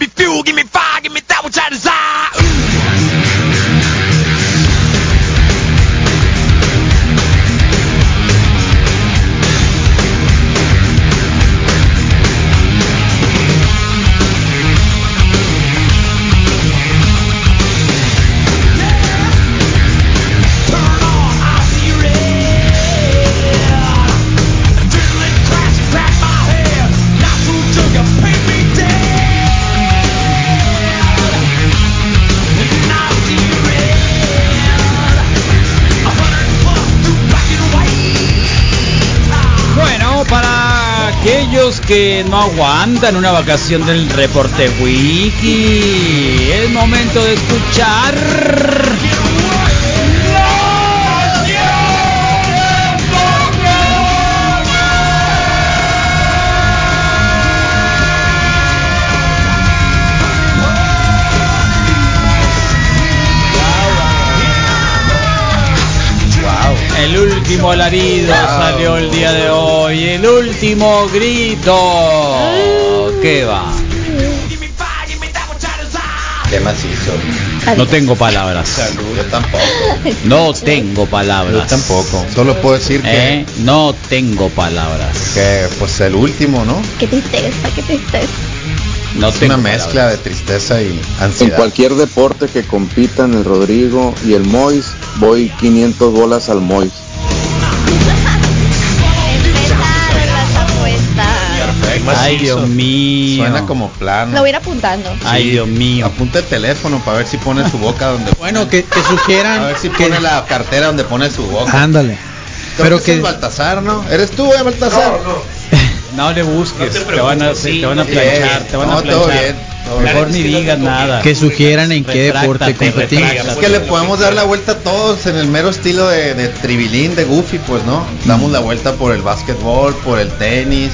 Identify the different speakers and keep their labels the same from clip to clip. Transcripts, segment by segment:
Speaker 1: fuel, give me fire, give me that which I desire. Ooh. Turn on, I see red. Adrenaline crashing past my head. Not through till you paint me dead. And I see red. A hundred plus through black and white.
Speaker 2: Bueno, para aquellos que no aguantan una vacación del reporte wiki, es momento de escuchar. El último alarido salió el día de hoy, el último grito. ¿Qué va?
Speaker 1: Give me fire, give me that which I desire.
Speaker 3: Qué macizo.
Speaker 2: No tengo palabras.
Speaker 3: Yo tampoco.
Speaker 2: No tengo palabras.
Speaker 3: Solo puedo decir que,
Speaker 2: Eh, No tengo palabras.
Speaker 3: que, pues el último, ¿no?
Speaker 4: Qué tristeza, qué tristeza.
Speaker 2: No
Speaker 3: Es
Speaker 2: tengo
Speaker 3: una mezcla
Speaker 2: palabras.
Speaker 3: de tristeza y
Speaker 5: En
Speaker 3: ansiedad.
Speaker 5: cualquier deporte que compitan el Rodrigo y el Mois, voy 500 bolas al Mois.
Speaker 4: Empezaron las apuestas.
Speaker 2: Ay, Dios mío.
Speaker 3: Suena como plano.
Speaker 4: Lo voy a ir apuntando.
Speaker 2: Ay, Dios mío.
Speaker 3: Apunta el teléfono para ver si pone su boca donde.
Speaker 6: Bueno, que, que
Speaker 3: A
Speaker 6: sugieran
Speaker 3: ver si
Speaker 6: que-
Speaker 3: pone la cartera donde pone su boca.
Speaker 6: Ándale.
Speaker 3: Creo
Speaker 6: Pero
Speaker 3: que, es el
Speaker 6: que
Speaker 3: Baltasar, ¿no? ¿Eres tú, eh, Baltasar?
Speaker 2: No le busques. te, van a, te van a planchar. Te van a
Speaker 3: No,
Speaker 2: planchar.
Speaker 3: todo bien, todo bien.
Speaker 2: Mejor ni digas nada.
Speaker 6: que sugieran en qué deporte
Speaker 2: Retráctate,
Speaker 6: competir.
Speaker 2: retráctate.
Speaker 3: Es que le podemos dar la vuelta a todos en el mero estilo de, de tribilín, de goofy, pues no. Damos la vuelta por el básquetbol, por el tenis,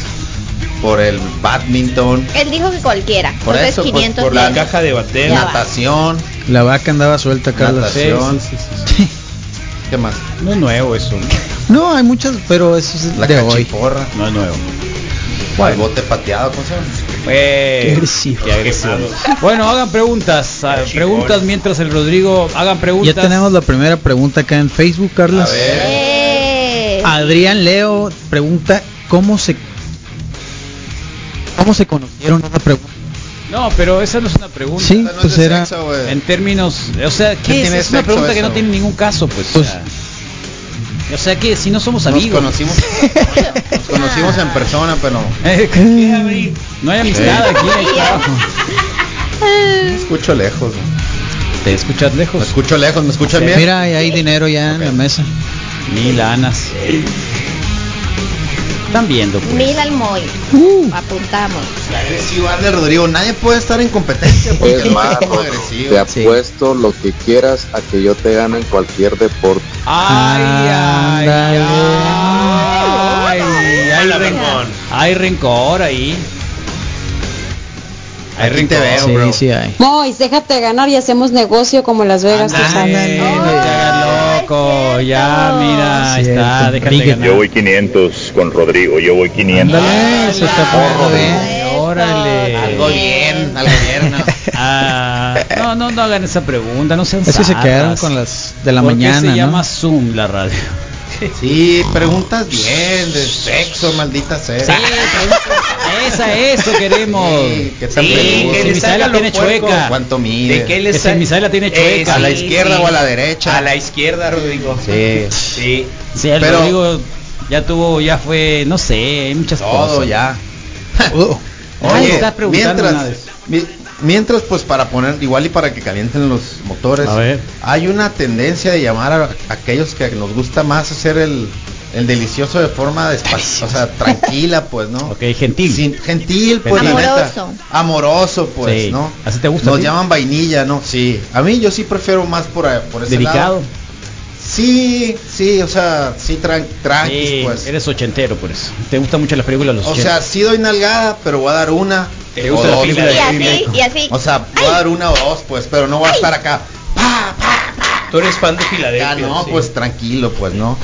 Speaker 3: por el badminton,
Speaker 4: Él dijo que cualquiera.
Speaker 3: Por
Speaker 4: Entonces
Speaker 3: eso, por-
Speaker 4: 500
Speaker 3: por la
Speaker 4: pesos.
Speaker 3: caja
Speaker 7: de bater.
Speaker 4: Ya va.
Speaker 3: natación,
Speaker 6: La vaca andaba suelta, Carlos.
Speaker 3: natación. ¿Qué más?
Speaker 2: No es nuevo eso.
Speaker 6: No, hay muchas, pero eso es
Speaker 3: La
Speaker 6: de hoy.
Speaker 3: cachiporra,
Speaker 2: No es nuevo.
Speaker 3: el bote pateado, ¿cómo se llama?
Speaker 2: Eh,
Speaker 6: Qué agresivo.
Speaker 2: qué agresivo. Bueno, hagan preguntas. ah, Preguntas mientras el Rodrigo. Hagan
Speaker 6: Ya
Speaker 2: preguntas.
Speaker 6: tenemos la primera pregunta acá en Facebook, Carlos.
Speaker 3: A ver.
Speaker 4: ¡Eh!
Speaker 2: Ah.
Speaker 6: Adrián Leo pregunta cómo se cómo se conocieron esa pregunta.
Speaker 2: No, pero esa no es una pregunta.
Speaker 6: Sí.
Speaker 3: Esa no es
Speaker 6: pues
Speaker 3: de
Speaker 6: era-
Speaker 3: sexo, güey.
Speaker 2: En términos, o sea,
Speaker 3: No
Speaker 2: ¿qué es?
Speaker 3: tiene
Speaker 2: Es una
Speaker 3: sexo
Speaker 2: pregunta que
Speaker 3: eso.
Speaker 2: no tiene ningún caso, pues. o
Speaker 6: Pues-
Speaker 2: sea. o sea que si no somos
Speaker 3: Nos
Speaker 2: amigos.
Speaker 3: conocimos, nos conocimos en persona, pero
Speaker 2: Eh, ¿qué
Speaker 6: Mm.
Speaker 2: abrir? no hay amistad
Speaker 3: Sí.
Speaker 2: aquí en el trabajo.
Speaker 3: escucho lejos. güey.
Speaker 2: Te escuchas
Speaker 3: Me
Speaker 2: lejos.
Speaker 3: escucho lejos, ¿me escuchan bien?
Speaker 6: Mira, ahí hay dinero ya en la mesa.
Speaker 2: Mil anas. Están viendo, pues.
Speaker 4: Mil al Moy.
Speaker 2: Uh.
Speaker 4: Apuntamos.
Speaker 3: Agresivo, Arne Rodrigo, nadie puede estar en competencia pues, porque
Speaker 5: Es
Speaker 3: lo
Speaker 5: más,
Speaker 3: ves como
Speaker 5: te
Speaker 3: agresivo.
Speaker 5: apuesto lo que quieras a que yo te gane en cualquier deporte.
Speaker 2: Ay, ay, ay,
Speaker 6: Ándale.
Speaker 2: ay, hay,
Speaker 4: Hola,
Speaker 2: rencor,
Speaker 4: Ramón.
Speaker 2: hay rencor ahí. Hay
Speaker 3: Aquí te
Speaker 2: rencor.
Speaker 3: veo,
Speaker 6: Sí,
Speaker 3: bro.
Speaker 6: sí hay.
Speaker 8: Mois, déjate ganar y hacemos negocio como en Las Vegas.
Speaker 2: Ándale,
Speaker 6: ándale.
Speaker 2: no te hagas loco, ya
Speaker 4: Cierto.
Speaker 2: mira, ahí
Speaker 6: Cierto.
Speaker 2: está, déjate
Speaker 6: Rodrigo.
Speaker 2: ganar.
Speaker 9: Yo voy 500 con Rodrigo, yo voy 500.
Speaker 6: Ándale, se está poniendo bien.
Speaker 2: Ay, Órale.
Speaker 3: Algo bien, al gobierno.
Speaker 2: Ah, no, no, no hagan esa pregunta, no sean
Speaker 6: Es que se
Speaker 2: zarras.
Speaker 6: quedaron con las de la
Speaker 2: ¿Por qué
Speaker 6: mañana,
Speaker 2: se
Speaker 6: ¿no?
Speaker 2: llama Zoom la radio.
Speaker 3: Sí, preguntas bien, de sexo, maldita sea.
Speaker 2: Sí, pregunta- esa, eso queremos.
Speaker 3: Sí, ¿qué tan
Speaker 2: Sí,
Speaker 3: peludo?
Speaker 2: que si
Speaker 3: le
Speaker 2: mi sala
Speaker 3: salga
Speaker 2: tiene
Speaker 3: lo puerco,
Speaker 2: chueca.
Speaker 3: ¿Cuánto mide?
Speaker 2: Que si mi sala tiene chueca.
Speaker 3: Eh, ¿A la izquierda o a la derecha?
Speaker 7: izquierda, Rodrigo.
Speaker 3: Sí.
Speaker 2: Sí, el
Speaker 3: Pero-
Speaker 2: Rodrigo ya tuvo, ya fue, no sé, hay muchas cosas.
Speaker 3: Todo ya.
Speaker 6: Oh,
Speaker 2: Ay, estás preguntando una
Speaker 3: mientras,
Speaker 2: vez.
Speaker 3: mi- mientras pues para poner igual y para que calienten los motores,
Speaker 2: A ver.
Speaker 3: hay una tendencia de llamar a aquellos que nos gusta más hacer el, el delicioso de forma despacio, o sea, tranquila, pues, ¿no?
Speaker 2: Ok, gentil.
Speaker 3: Sin- gentil, pues, la
Speaker 4: Amoroso.
Speaker 3: neta. Amoroso, pues,
Speaker 2: Sí.
Speaker 3: ¿no?
Speaker 2: ¿Así te gusta a
Speaker 3: Nos
Speaker 2: ti?
Speaker 3: llaman vainilla, ¿no? Sí. A mí yo sí prefiero más por, por ese
Speaker 2: Delicado.
Speaker 3: lado. Sí, sí, o sea, sí, tran tranquis,
Speaker 2: Sí,
Speaker 3: pues.
Speaker 2: Eres ochentero por eso. Te gustan mucho las películas de los
Speaker 3: O sea, sí doy nalgada, pero voy a dar una.
Speaker 2: Pues Te
Speaker 3: o
Speaker 2: gusta la
Speaker 3: dos,
Speaker 2: película
Speaker 4: Y
Speaker 2: de
Speaker 3: pues.
Speaker 4: así, y así.
Speaker 3: O sea, voy a dar una o dos, pues, pero no voy a estar acá.
Speaker 7: Tú eres fan de
Speaker 3: Ya
Speaker 7: Filadelfia.
Speaker 3: no,
Speaker 7: sí.
Speaker 3: pues tranquilo, pues, ¿no?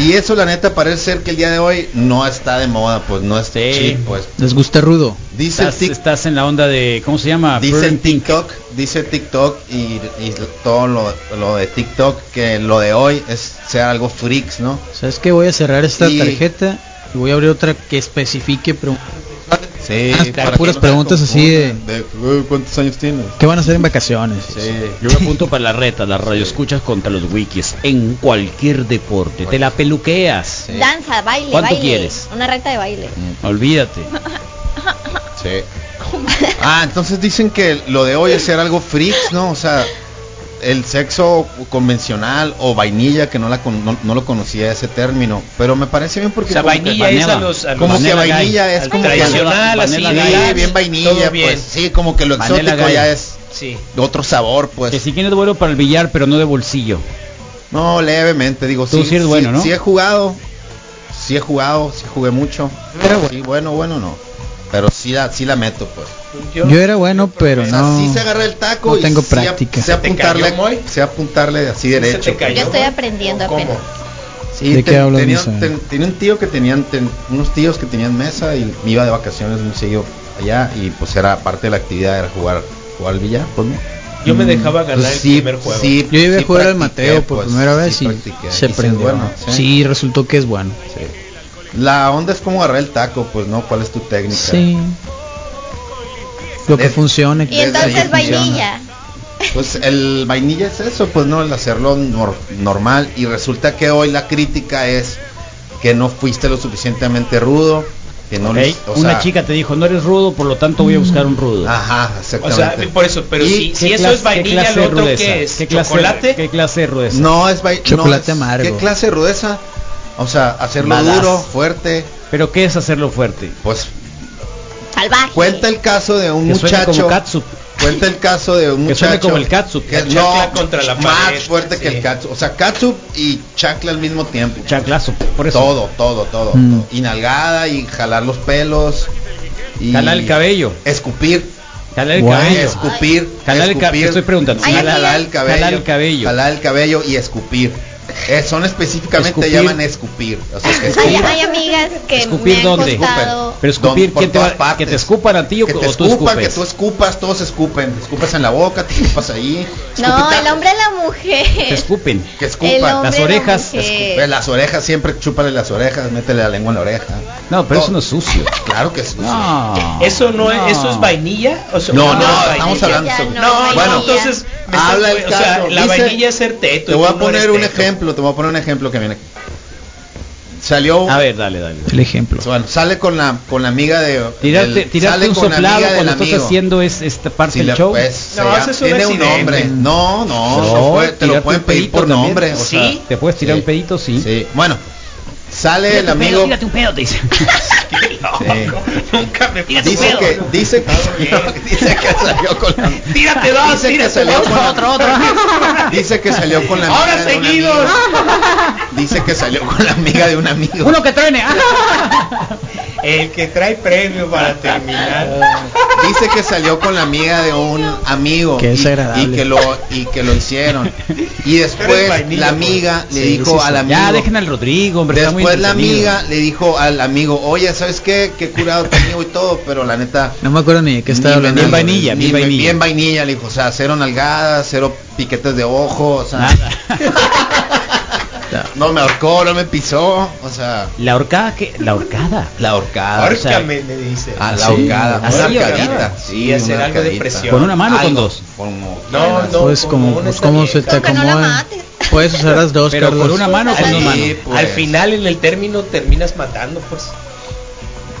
Speaker 3: Y eso la neta parece ser que el día de hoy no está de moda, pues no es
Speaker 2: Sí.
Speaker 3: chic, pues.
Speaker 6: Les gusta rudo.
Speaker 3: Dice el
Speaker 2: Estás,
Speaker 3: tic-
Speaker 2: estás en la onda de, ¿cómo se llama?
Speaker 3: Dice
Speaker 2: Burn
Speaker 3: el TikTok, dice TikTok y, y todo lo, lo de TikTok que lo de hoy es sea algo freaks, ¿no?
Speaker 6: ¿Sabes qué? Voy a cerrar esta
Speaker 3: Y-
Speaker 6: tarjeta y voy a abrir otra que especifique. Pero,
Speaker 3: Sí,
Speaker 6: Ah, claro,
Speaker 3: que
Speaker 6: puras
Speaker 3: no se
Speaker 6: preguntas así
Speaker 3: confundan. "Uy, ¿Cuántos años tienes?
Speaker 6: ¿Qué van a hacer en vacaciones?
Speaker 3: Sí.
Speaker 2: Yo me apunto para la reta, las radioescuchas contra los wikis en cualquier deporte. Te la peluqueas.
Speaker 3: Sí.
Speaker 4: Danza, baile,
Speaker 2: ¿Cuánto
Speaker 4: baile.
Speaker 2: quieres?
Speaker 4: Una recta de baile.
Speaker 2: Olvídate.
Speaker 3: Pues- Sí. Ah, entonces dicen que lo de hoy es ser algo freaks, ¿no? O sea, el sexo convencional o vainilla, que no, la con- no, no lo conocía ese término, pero me parece bien porque...
Speaker 7: O sea,
Speaker 3: como que-
Speaker 7: vainilla es a los... a los-
Speaker 3: Como que
Speaker 2: Vanilla Guy,
Speaker 3: vainilla es
Speaker 7: al
Speaker 3: como que-
Speaker 7: tradicional, así,
Speaker 2: Vanilla
Speaker 3: Sí,
Speaker 2: Guy.
Speaker 3: bien vainilla,
Speaker 7: todo bien.
Speaker 3: pues sí, como que lo
Speaker 2: Vanilla
Speaker 3: exótico
Speaker 2: Guy.
Speaker 3: ya es
Speaker 7: Sí.
Speaker 3: otro sabor,
Speaker 2: Que
Speaker 3: pues.
Speaker 2: si quieres vuelo para el billar, pero no de bolsillo.
Speaker 3: No, levemente, digo,
Speaker 2: Tú
Speaker 3: sí,
Speaker 2: sí eres bueno, ¿no?
Speaker 3: sí he jugado, sí he jugado, sí jugué mucho. Pero sí, bueno, bueno, no. Pero sí la, sí la meto, pues.
Speaker 7: Yo-
Speaker 6: Yo era bueno, pero
Speaker 3: O sea,
Speaker 6: no.
Speaker 3: sí se agarra el taco
Speaker 6: no
Speaker 3: y
Speaker 6: tengo
Speaker 3: sí a-
Speaker 6: práctica.
Speaker 3: sí
Speaker 6: ¿Se
Speaker 3: apuntarle,
Speaker 7: cayó, Moy?
Speaker 3: sí apuntarle así
Speaker 7: te
Speaker 3: derecho.
Speaker 7: cayó?
Speaker 4: Yo estoy aprendiendo apenas.
Speaker 3: Sí,
Speaker 6: ¿De
Speaker 3: te-
Speaker 6: qué hablas,
Speaker 3: tenía,
Speaker 6: Misael?
Speaker 3: ten- tenía un tío que tenían ten- unos tíos que tenían mesa y me iba de vacaciones muy seguido allá y pues era parte de la actividad era jugar jugar al billar, pues, ¿no?
Speaker 7: Yo me dejaba ganar
Speaker 3: Pues,
Speaker 7: el
Speaker 3: sí,
Speaker 7: primer juego.
Speaker 3: sí,
Speaker 6: Yo llevé
Speaker 3: sí
Speaker 6: a jugar al
Speaker 3: practiqué,
Speaker 6: Mateo por
Speaker 3: pues,
Speaker 6: primera vez
Speaker 3: sí
Speaker 6: y
Speaker 3: practiqué,
Speaker 6: se
Speaker 3: y sí es
Speaker 6: prendió.
Speaker 3: bueno,
Speaker 6: sí.
Speaker 3: sí.
Speaker 6: resultó que es bueno.
Speaker 3: Sí. La onda es como agarrar el taco, pues no, ¿cuál es tu técnica?
Speaker 6: Sí. Lo que
Speaker 3: Desde-
Speaker 6: funcione.
Speaker 4: Y
Speaker 3: Desde ahí
Speaker 4: entonces
Speaker 3: funciona.
Speaker 4: vainilla.
Speaker 3: Pues el vainilla es eso, pues no, el hacerlo nor- normal. Y resulta que hoy la crítica es que no fuiste lo suficientemente rudo, que no
Speaker 2: ¿ok?
Speaker 3: les- o
Speaker 2: Una
Speaker 3: sea, Ah.
Speaker 2: chica te dijo, no eres rudo, por lo tanto voy a buscar un rudo.
Speaker 3: Ajá,
Speaker 7: O
Speaker 3: exactamente.
Speaker 7: sea, por eso, pero
Speaker 3: Y
Speaker 7: si, si
Speaker 2: ¿Qué
Speaker 7: eso
Speaker 2: clase-
Speaker 7: es vainilla,
Speaker 2: clase
Speaker 7: lo
Speaker 2: de
Speaker 7: otro
Speaker 2: rudeza?
Speaker 7: que es
Speaker 2: ¿Qué clase,
Speaker 7: chocolate.
Speaker 2: ¿Qué clase de rudeza?
Speaker 3: No es vai- no
Speaker 6: Chocolate
Speaker 3: es-
Speaker 6: amargo.
Speaker 3: ¿Qué clase de rudeza? O sea, hacerlo
Speaker 2: Badass.
Speaker 3: duro, fuerte.
Speaker 2: ¿Pero qué es hacerlo fuerte?
Speaker 3: Pues
Speaker 4: Salvaje.
Speaker 3: cuenta el caso de un
Speaker 2: Que suene
Speaker 3: muchacho.
Speaker 2: como catsup.
Speaker 3: Cuenta el caso de un
Speaker 2: Que suene
Speaker 3: muchacho.
Speaker 2: como el catsup.
Speaker 3: Que
Speaker 7: La
Speaker 3: no,
Speaker 7: chacla contra la
Speaker 3: más
Speaker 7: pared,
Speaker 3: fuerte que
Speaker 7: sí.
Speaker 3: el catsup. O sea, catsup y chacla al mismo tiempo.
Speaker 2: Chaclazo, por eso.
Speaker 3: Todo, todo, todo.
Speaker 6: Mm.
Speaker 3: todo. Y nalgada y jalar los pelos. Y
Speaker 2: Jalar el cabello.
Speaker 3: Escupir.
Speaker 2: Jalar el
Speaker 6: Guay.
Speaker 2: cabello.
Speaker 3: Escupir.
Speaker 2: Jalar el ca-
Speaker 3: escupir,
Speaker 2: te estoy preguntando.
Speaker 4: Ay,
Speaker 3: jalar,
Speaker 4: amiga.
Speaker 3: el cabello.
Speaker 2: Jalar el cabello.
Speaker 3: Jalar el cabello y escupir. Eh, son específicamente
Speaker 2: Escupir.
Speaker 3: llaman escupir. O sea, que
Speaker 4: Hay,
Speaker 3: escupan.
Speaker 4: hay amigas que
Speaker 2: ¿Escupir
Speaker 4: me han
Speaker 2: dónde?
Speaker 4: contado.
Speaker 2: Pero escupir,
Speaker 3: Don- por
Speaker 2: ¿quién te
Speaker 3: todas
Speaker 2: va-
Speaker 3: partes.
Speaker 2: ¿que te escupan a ti o,
Speaker 3: que
Speaker 2: o
Speaker 3: te
Speaker 2: tú
Speaker 3: escupan, que
Speaker 2: escupes?
Speaker 3: tú escupas, todos escupen. Escupas en la boca, te escupas ahí.
Speaker 4: No, el
Speaker 3: escupitacos,
Speaker 4: hombre a la mujer.
Speaker 2: Te escupen.
Speaker 3: Que
Speaker 4: El
Speaker 3: escupan.
Speaker 4: hombre
Speaker 2: las
Speaker 4: a la
Speaker 2: orejas,
Speaker 4: mujer.
Speaker 3: Escupe las orejas, siempre chúpale las orejas, métele la lengua en la oreja.
Speaker 2: No, pero eso no es sucio.
Speaker 3: Claro que es sucio.
Speaker 2: No.
Speaker 7: Pues, Eso no, es, eso es vainilla. O sea,
Speaker 3: No, no,
Speaker 7: es vainilla.
Speaker 3: estamos
Speaker 4: ya
Speaker 3: hablando
Speaker 4: no,
Speaker 3: sobre-
Speaker 7: No,
Speaker 3: Bueno,
Speaker 7: no, entonces me
Speaker 3: habla
Speaker 7: estás-
Speaker 3: el
Speaker 7: o sea,
Speaker 3: caso.
Speaker 7: la
Speaker 3: Dice-
Speaker 7: vainilla es ser teto.
Speaker 3: Te
Speaker 7: y
Speaker 3: voy
Speaker 7: tú
Speaker 3: a
Speaker 7: no
Speaker 3: poner
Speaker 7: eres
Speaker 3: un
Speaker 7: teto.
Speaker 3: ejemplo, te voy a poner un ejemplo que viene. Salió,
Speaker 2: A ver, dale, dale.
Speaker 6: El ejemplo.
Speaker 3: bueno, sale con la con la amiga de
Speaker 2: Tirarte,
Speaker 3: del-
Speaker 2: tirarte
Speaker 3: sale
Speaker 2: un
Speaker 3: con la
Speaker 2: soplado
Speaker 3: amiga del
Speaker 2: cuando estás
Speaker 3: amigo.
Speaker 2: haciendo es esta parte
Speaker 3: Si
Speaker 2: del
Speaker 3: le-
Speaker 2: show.
Speaker 3: pues, se
Speaker 7: No,
Speaker 3: llama-
Speaker 7: ese es un
Speaker 3: tiene un
Speaker 7: accidente.
Speaker 3: nombre. No, no,
Speaker 2: No,
Speaker 3: se puede- te
Speaker 2: tirarte
Speaker 3: lo pueden
Speaker 2: un
Speaker 3: pedir
Speaker 2: pedito
Speaker 3: por
Speaker 2: también.
Speaker 3: nombre. o
Speaker 2: Sí,
Speaker 3: sea,
Speaker 2: te puedes tirar un pedito, sí.
Speaker 3: Bueno, sale el amigo.
Speaker 2: un pedo, te dice.
Speaker 3: Sí.
Speaker 7: Nunca me
Speaker 3: Dice que, dice que, dice que salió con la
Speaker 7: Tírate dos,
Speaker 3: dice que
Speaker 7: tírate
Speaker 3: salió
Speaker 7: dos.
Speaker 3: con la- Dice que salió con la
Speaker 7: Ahora
Speaker 3: amiga de un
Speaker 7: seguidos.
Speaker 3: amigo. Dice que salió con la amiga de un amigo.
Speaker 2: Uno que truene.
Speaker 7: El que trae premio para
Speaker 3: Ah,
Speaker 7: terminar.
Speaker 3: Dice que salió con la amiga de un amigo
Speaker 6: Qué
Speaker 3: y- y,
Speaker 6: desagradable.
Speaker 3: que lo y que lo hicieron. Y
Speaker 7: Eres
Speaker 3: después
Speaker 7: vainilla,
Speaker 3: la amiga
Speaker 6: pues.
Speaker 3: le
Speaker 6: Sí,
Speaker 3: dijo
Speaker 6: sí,
Speaker 3: al
Speaker 6: sí.
Speaker 3: amigo
Speaker 2: Ya, dejen al Rodrigo, hombre. está muy
Speaker 3: Después la
Speaker 2: entretenido.
Speaker 3: amiga le dijo al amigo, "Oye, ¿sabes qué? Qué curado tu amigo y todo, pero la neta
Speaker 6: No me acuerdo ni de qué
Speaker 3: ni
Speaker 6: estaba hablando.
Speaker 3: veneno,
Speaker 2: Bien vainilla,
Speaker 3: ni
Speaker 2: bien
Speaker 3: ve-
Speaker 2: vainilla.
Speaker 3: bien vainilla", le dijo, o sea, cero nalgadas, cero piquetes de ojo, o sea,
Speaker 2: Nada.
Speaker 3: no me ahorcó, no me pisó, o sea,
Speaker 2: La horcada que. La horcada.
Speaker 3: la ahorcada, o sea, ah,
Speaker 7: Ahórcame, le dice.
Speaker 3: a la
Speaker 6: Así,
Speaker 3: ahorcada,
Speaker 2: así
Speaker 3: una ahorcadita,
Speaker 2: ahorcada.
Speaker 3: sí,
Speaker 7: Y hacer
Speaker 3: una
Speaker 7: algo de
Speaker 3: ahorcadita.
Speaker 7: presión.
Speaker 2: ¿Con una mano o con
Speaker 3: Algo,
Speaker 2: dos?
Speaker 3: como-
Speaker 7: No, no.
Speaker 6: Pues como,
Speaker 7: con
Speaker 6: pues,
Speaker 7: una
Speaker 6: como
Speaker 7: está
Speaker 6: se te
Speaker 4: bien. Con que no la
Speaker 6: acomoda.
Speaker 4: mates.
Speaker 6: Puedes usar las dos,
Speaker 2: Pero
Speaker 6: Carlos.
Speaker 2: con una mano o con dos
Speaker 3: Sí,
Speaker 2: manos.
Speaker 3: pues,
Speaker 7: Al final, en el término, terminas matando, pues.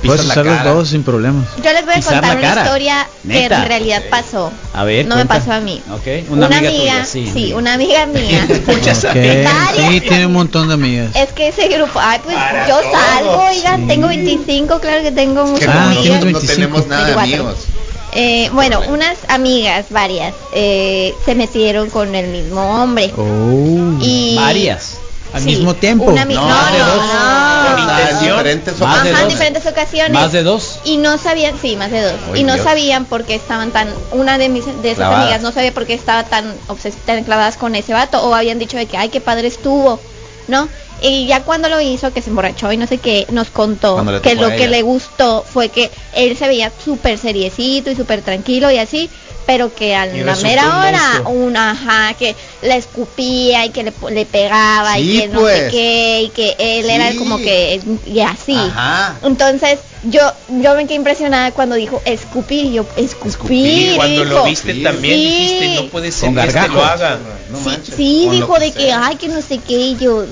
Speaker 6: Puedes
Speaker 3: pisas la
Speaker 6: usar las
Speaker 3: cara.
Speaker 6: dos sin problemas.
Speaker 4: Yo les voy a
Speaker 2: Pisar
Speaker 4: contar
Speaker 2: la
Speaker 4: una
Speaker 2: cara.
Speaker 4: historia que
Speaker 2: Neta.
Speaker 4: en realidad pasó.
Speaker 2: A ver.
Speaker 4: No
Speaker 2: cuenta.
Speaker 4: me pasó a mí.
Speaker 2: Ok. Una, amiga, tuya, sí.
Speaker 4: una amiga mía.
Speaker 7: Muchas
Speaker 6: Ok,
Speaker 7: amigas.
Speaker 6: Sí, tiene un montón de amigas.
Speaker 4: es que ese grupo, ay, pues
Speaker 7: Para
Speaker 4: yo
Speaker 7: todos,
Speaker 4: salgo, oigan, tengo 25, claro que tengo
Speaker 3: Que
Speaker 4: muchas
Speaker 6: Ah,
Speaker 3: como
Speaker 6: tienes
Speaker 4: amigas.
Speaker 3: nosotros no tenemos
Speaker 6: 25.
Speaker 3: nada de
Speaker 4: 24.
Speaker 3: amigos.
Speaker 4: Eh, bueno, unas amigas, varias, eh, se metieron con el mismo hombre.
Speaker 6: Oh.
Speaker 4: Y
Speaker 2: Varias.
Speaker 6: Al
Speaker 4: sí,
Speaker 6: mismo tiempo.
Speaker 4: una ami-
Speaker 3: No,
Speaker 4: no,
Speaker 3: más de
Speaker 4: no,
Speaker 3: dos.
Speaker 4: no.
Speaker 7: Con
Speaker 3: O sea, en
Speaker 7: intención.
Speaker 3: diferentes
Speaker 2: Más de
Speaker 4: Ajá, en
Speaker 2: dos.
Speaker 4: diferentes ocasiones.
Speaker 2: Más de dos.
Speaker 4: y no sabían, sí, más de dos.
Speaker 3: Ay,
Speaker 4: y no
Speaker 3: Dios.
Speaker 4: sabían por qué estaban tan, una de mis de esas
Speaker 3: Clavadas.
Speaker 4: amigas no sabía por qué estaba tan obses tan clavadas con ese vato o habían dicho de que ay qué padre estuvo, ¿no? Y ya cuando lo hizo, que se emborrachó y no sé qué, nos contó
Speaker 3: Cuando le
Speaker 4: que
Speaker 3: tocó
Speaker 4: lo
Speaker 3: a
Speaker 4: que
Speaker 3: ella.
Speaker 4: le gustó fue que él se veía súper seriecito y súper tranquilo y así, pero que a
Speaker 7: Y
Speaker 4: la
Speaker 7: resultó
Speaker 4: mera
Speaker 7: un
Speaker 4: hora,
Speaker 7: monstruo.
Speaker 4: un ajá, que le escupía y que le, po- le pegaba
Speaker 3: Sí,
Speaker 4: y que no sé
Speaker 3: pues.
Speaker 4: qué, y que él
Speaker 3: Sí.
Speaker 4: era como que, y así.
Speaker 3: Ajá.
Speaker 4: Entonces, yo, yo me quedé impresionada cuando dijo escupir, y yo, escupir.
Speaker 3: Escupir,
Speaker 7: Y cuando lo
Speaker 4: hijo".
Speaker 7: viste
Speaker 3: Sí.
Speaker 7: también
Speaker 4: Sí.
Speaker 7: dijiste, no puede ser
Speaker 2: Con
Speaker 7: que este
Speaker 2: gargajos.
Speaker 7: lo haga.
Speaker 3: No
Speaker 4: sí,
Speaker 3: manches.
Speaker 4: sí,
Speaker 3: Con lo
Speaker 4: dijo de que,
Speaker 3: sea.
Speaker 4: ay, que no sé qué, y yo,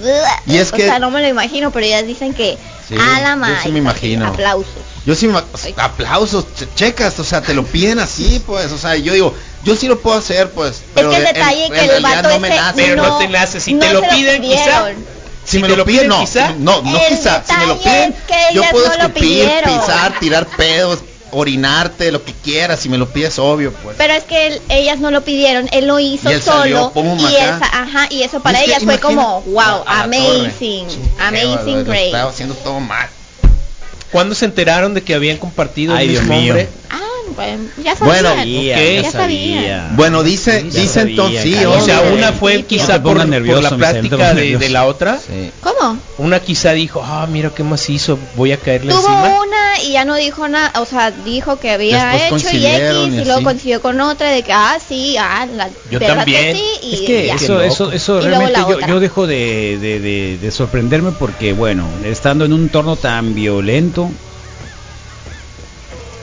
Speaker 3: Y es
Speaker 4: o
Speaker 3: que-
Speaker 4: sea, no me lo imagino, pero ellas dicen que,
Speaker 3: Sí,
Speaker 4: a la
Speaker 3: yo
Speaker 4: madre,
Speaker 3: sí me imagino.
Speaker 4: aplausos.
Speaker 3: Yo sí, ma- aplausos, che- checas, o sea, te lo piden así, pues, o sea, yo digo, yo sí lo puedo hacer, pues.
Speaker 4: que el
Speaker 3: de- en-
Speaker 4: detalle
Speaker 3: en
Speaker 4: que el
Speaker 3: realidad
Speaker 4: vato
Speaker 3: no me
Speaker 4: ese
Speaker 3: nace. pues.
Speaker 7: Pero no,
Speaker 4: No,
Speaker 7: te nace, si
Speaker 4: no
Speaker 7: te lo
Speaker 4: se lo
Speaker 7: piden quizá.
Speaker 4: pidieron.
Speaker 3: Si, me lo, piden, no,
Speaker 7: quizá.
Speaker 3: no, no
Speaker 4: El
Speaker 3: quizá, si me lo
Speaker 4: detalle
Speaker 3: piden,
Speaker 4: es que
Speaker 3: yo
Speaker 4: ellas
Speaker 3: puedo
Speaker 4: no lo
Speaker 3: escupir,
Speaker 4: pidieron.
Speaker 3: pisar, tirar pedos, orinarte, lo que quieras, si me lo pides, obvio, pues.
Speaker 4: Pero es que él- ellas no lo pidieron, él lo hizo
Speaker 3: Y él
Speaker 4: solo.
Speaker 3: salió, pum,
Speaker 4: y
Speaker 3: acá.
Speaker 4: él sa- ajá, y eso para
Speaker 3: Es que
Speaker 4: ellas fue
Speaker 3: imagina-
Speaker 4: como, wow,
Speaker 3: A la torre.
Speaker 4: amazing,
Speaker 3: Qué bárbaro,
Speaker 4: amazing
Speaker 3: lo
Speaker 4: grace.
Speaker 3: Estaba haciendo todo mal.
Speaker 7: ¿Cuándo se enteraron de que habían compartido
Speaker 2: Ay,
Speaker 7: el
Speaker 2: Dios
Speaker 7: mismo
Speaker 2: mío.
Speaker 7: hombre?
Speaker 4: Ah, bueno, ya sabían.
Speaker 3: Bueno,
Speaker 2: ya
Speaker 7: ok.
Speaker 4: Ya sabía.
Speaker 3: Bueno, dice,
Speaker 2: Ya
Speaker 3: dice
Speaker 2: sabía,
Speaker 3: entonces, sí,
Speaker 2: cariño.
Speaker 7: O sea,
Speaker 3: obvio.
Speaker 7: una fue
Speaker 2: Pues,
Speaker 4: No te
Speaker 7: quizá
Speaker 2: pongas
Speaker 7: por, por
Speaker 2: nervioso,
Speaker 7: la
Speaker 2: Michelle, te
Speaker 7: práctica
Speaker 2: pongas
Speaker 7: de,
Speaker 2: nervioso.
Speaker 7: de la otra.
Speaker 3: Sí.
Speaker 4: ¿Cómo?
Speaker 7: Una quizá dijo, ah, mira qué más hizo, voy a caerle
Speaker 4: Tuvo
Speaker 7: encima.
Speaker 4: una y ya no dijo nada, o sea, dijo que había
Speaker 3: Después
Speaker 4: hecho y
Speaker 3: coincidieron
Speaker 4: X
Speaker 3: y
Speaker 4: y luego
Speaker 3: así.
Speaker 4: coincidió con otra de que, ah, sí, ah, la
Speaker 7: Yo
Speaker 4: verdad
Speaker 7: también.
Speaker 4: que sí, y
Speaker 2: Es que
Speaker 4: ya.
Speaker 2: eso, eso, eso
Speaker 4: Y luego
Speaker 2: realmente
Speaker 4: la
Speaker 2: yo,
Speaker 4: otra.
Speaker 2: yo dejo de, de- de- de sorprenderme porque, bueno, estando en un entorno tan violento.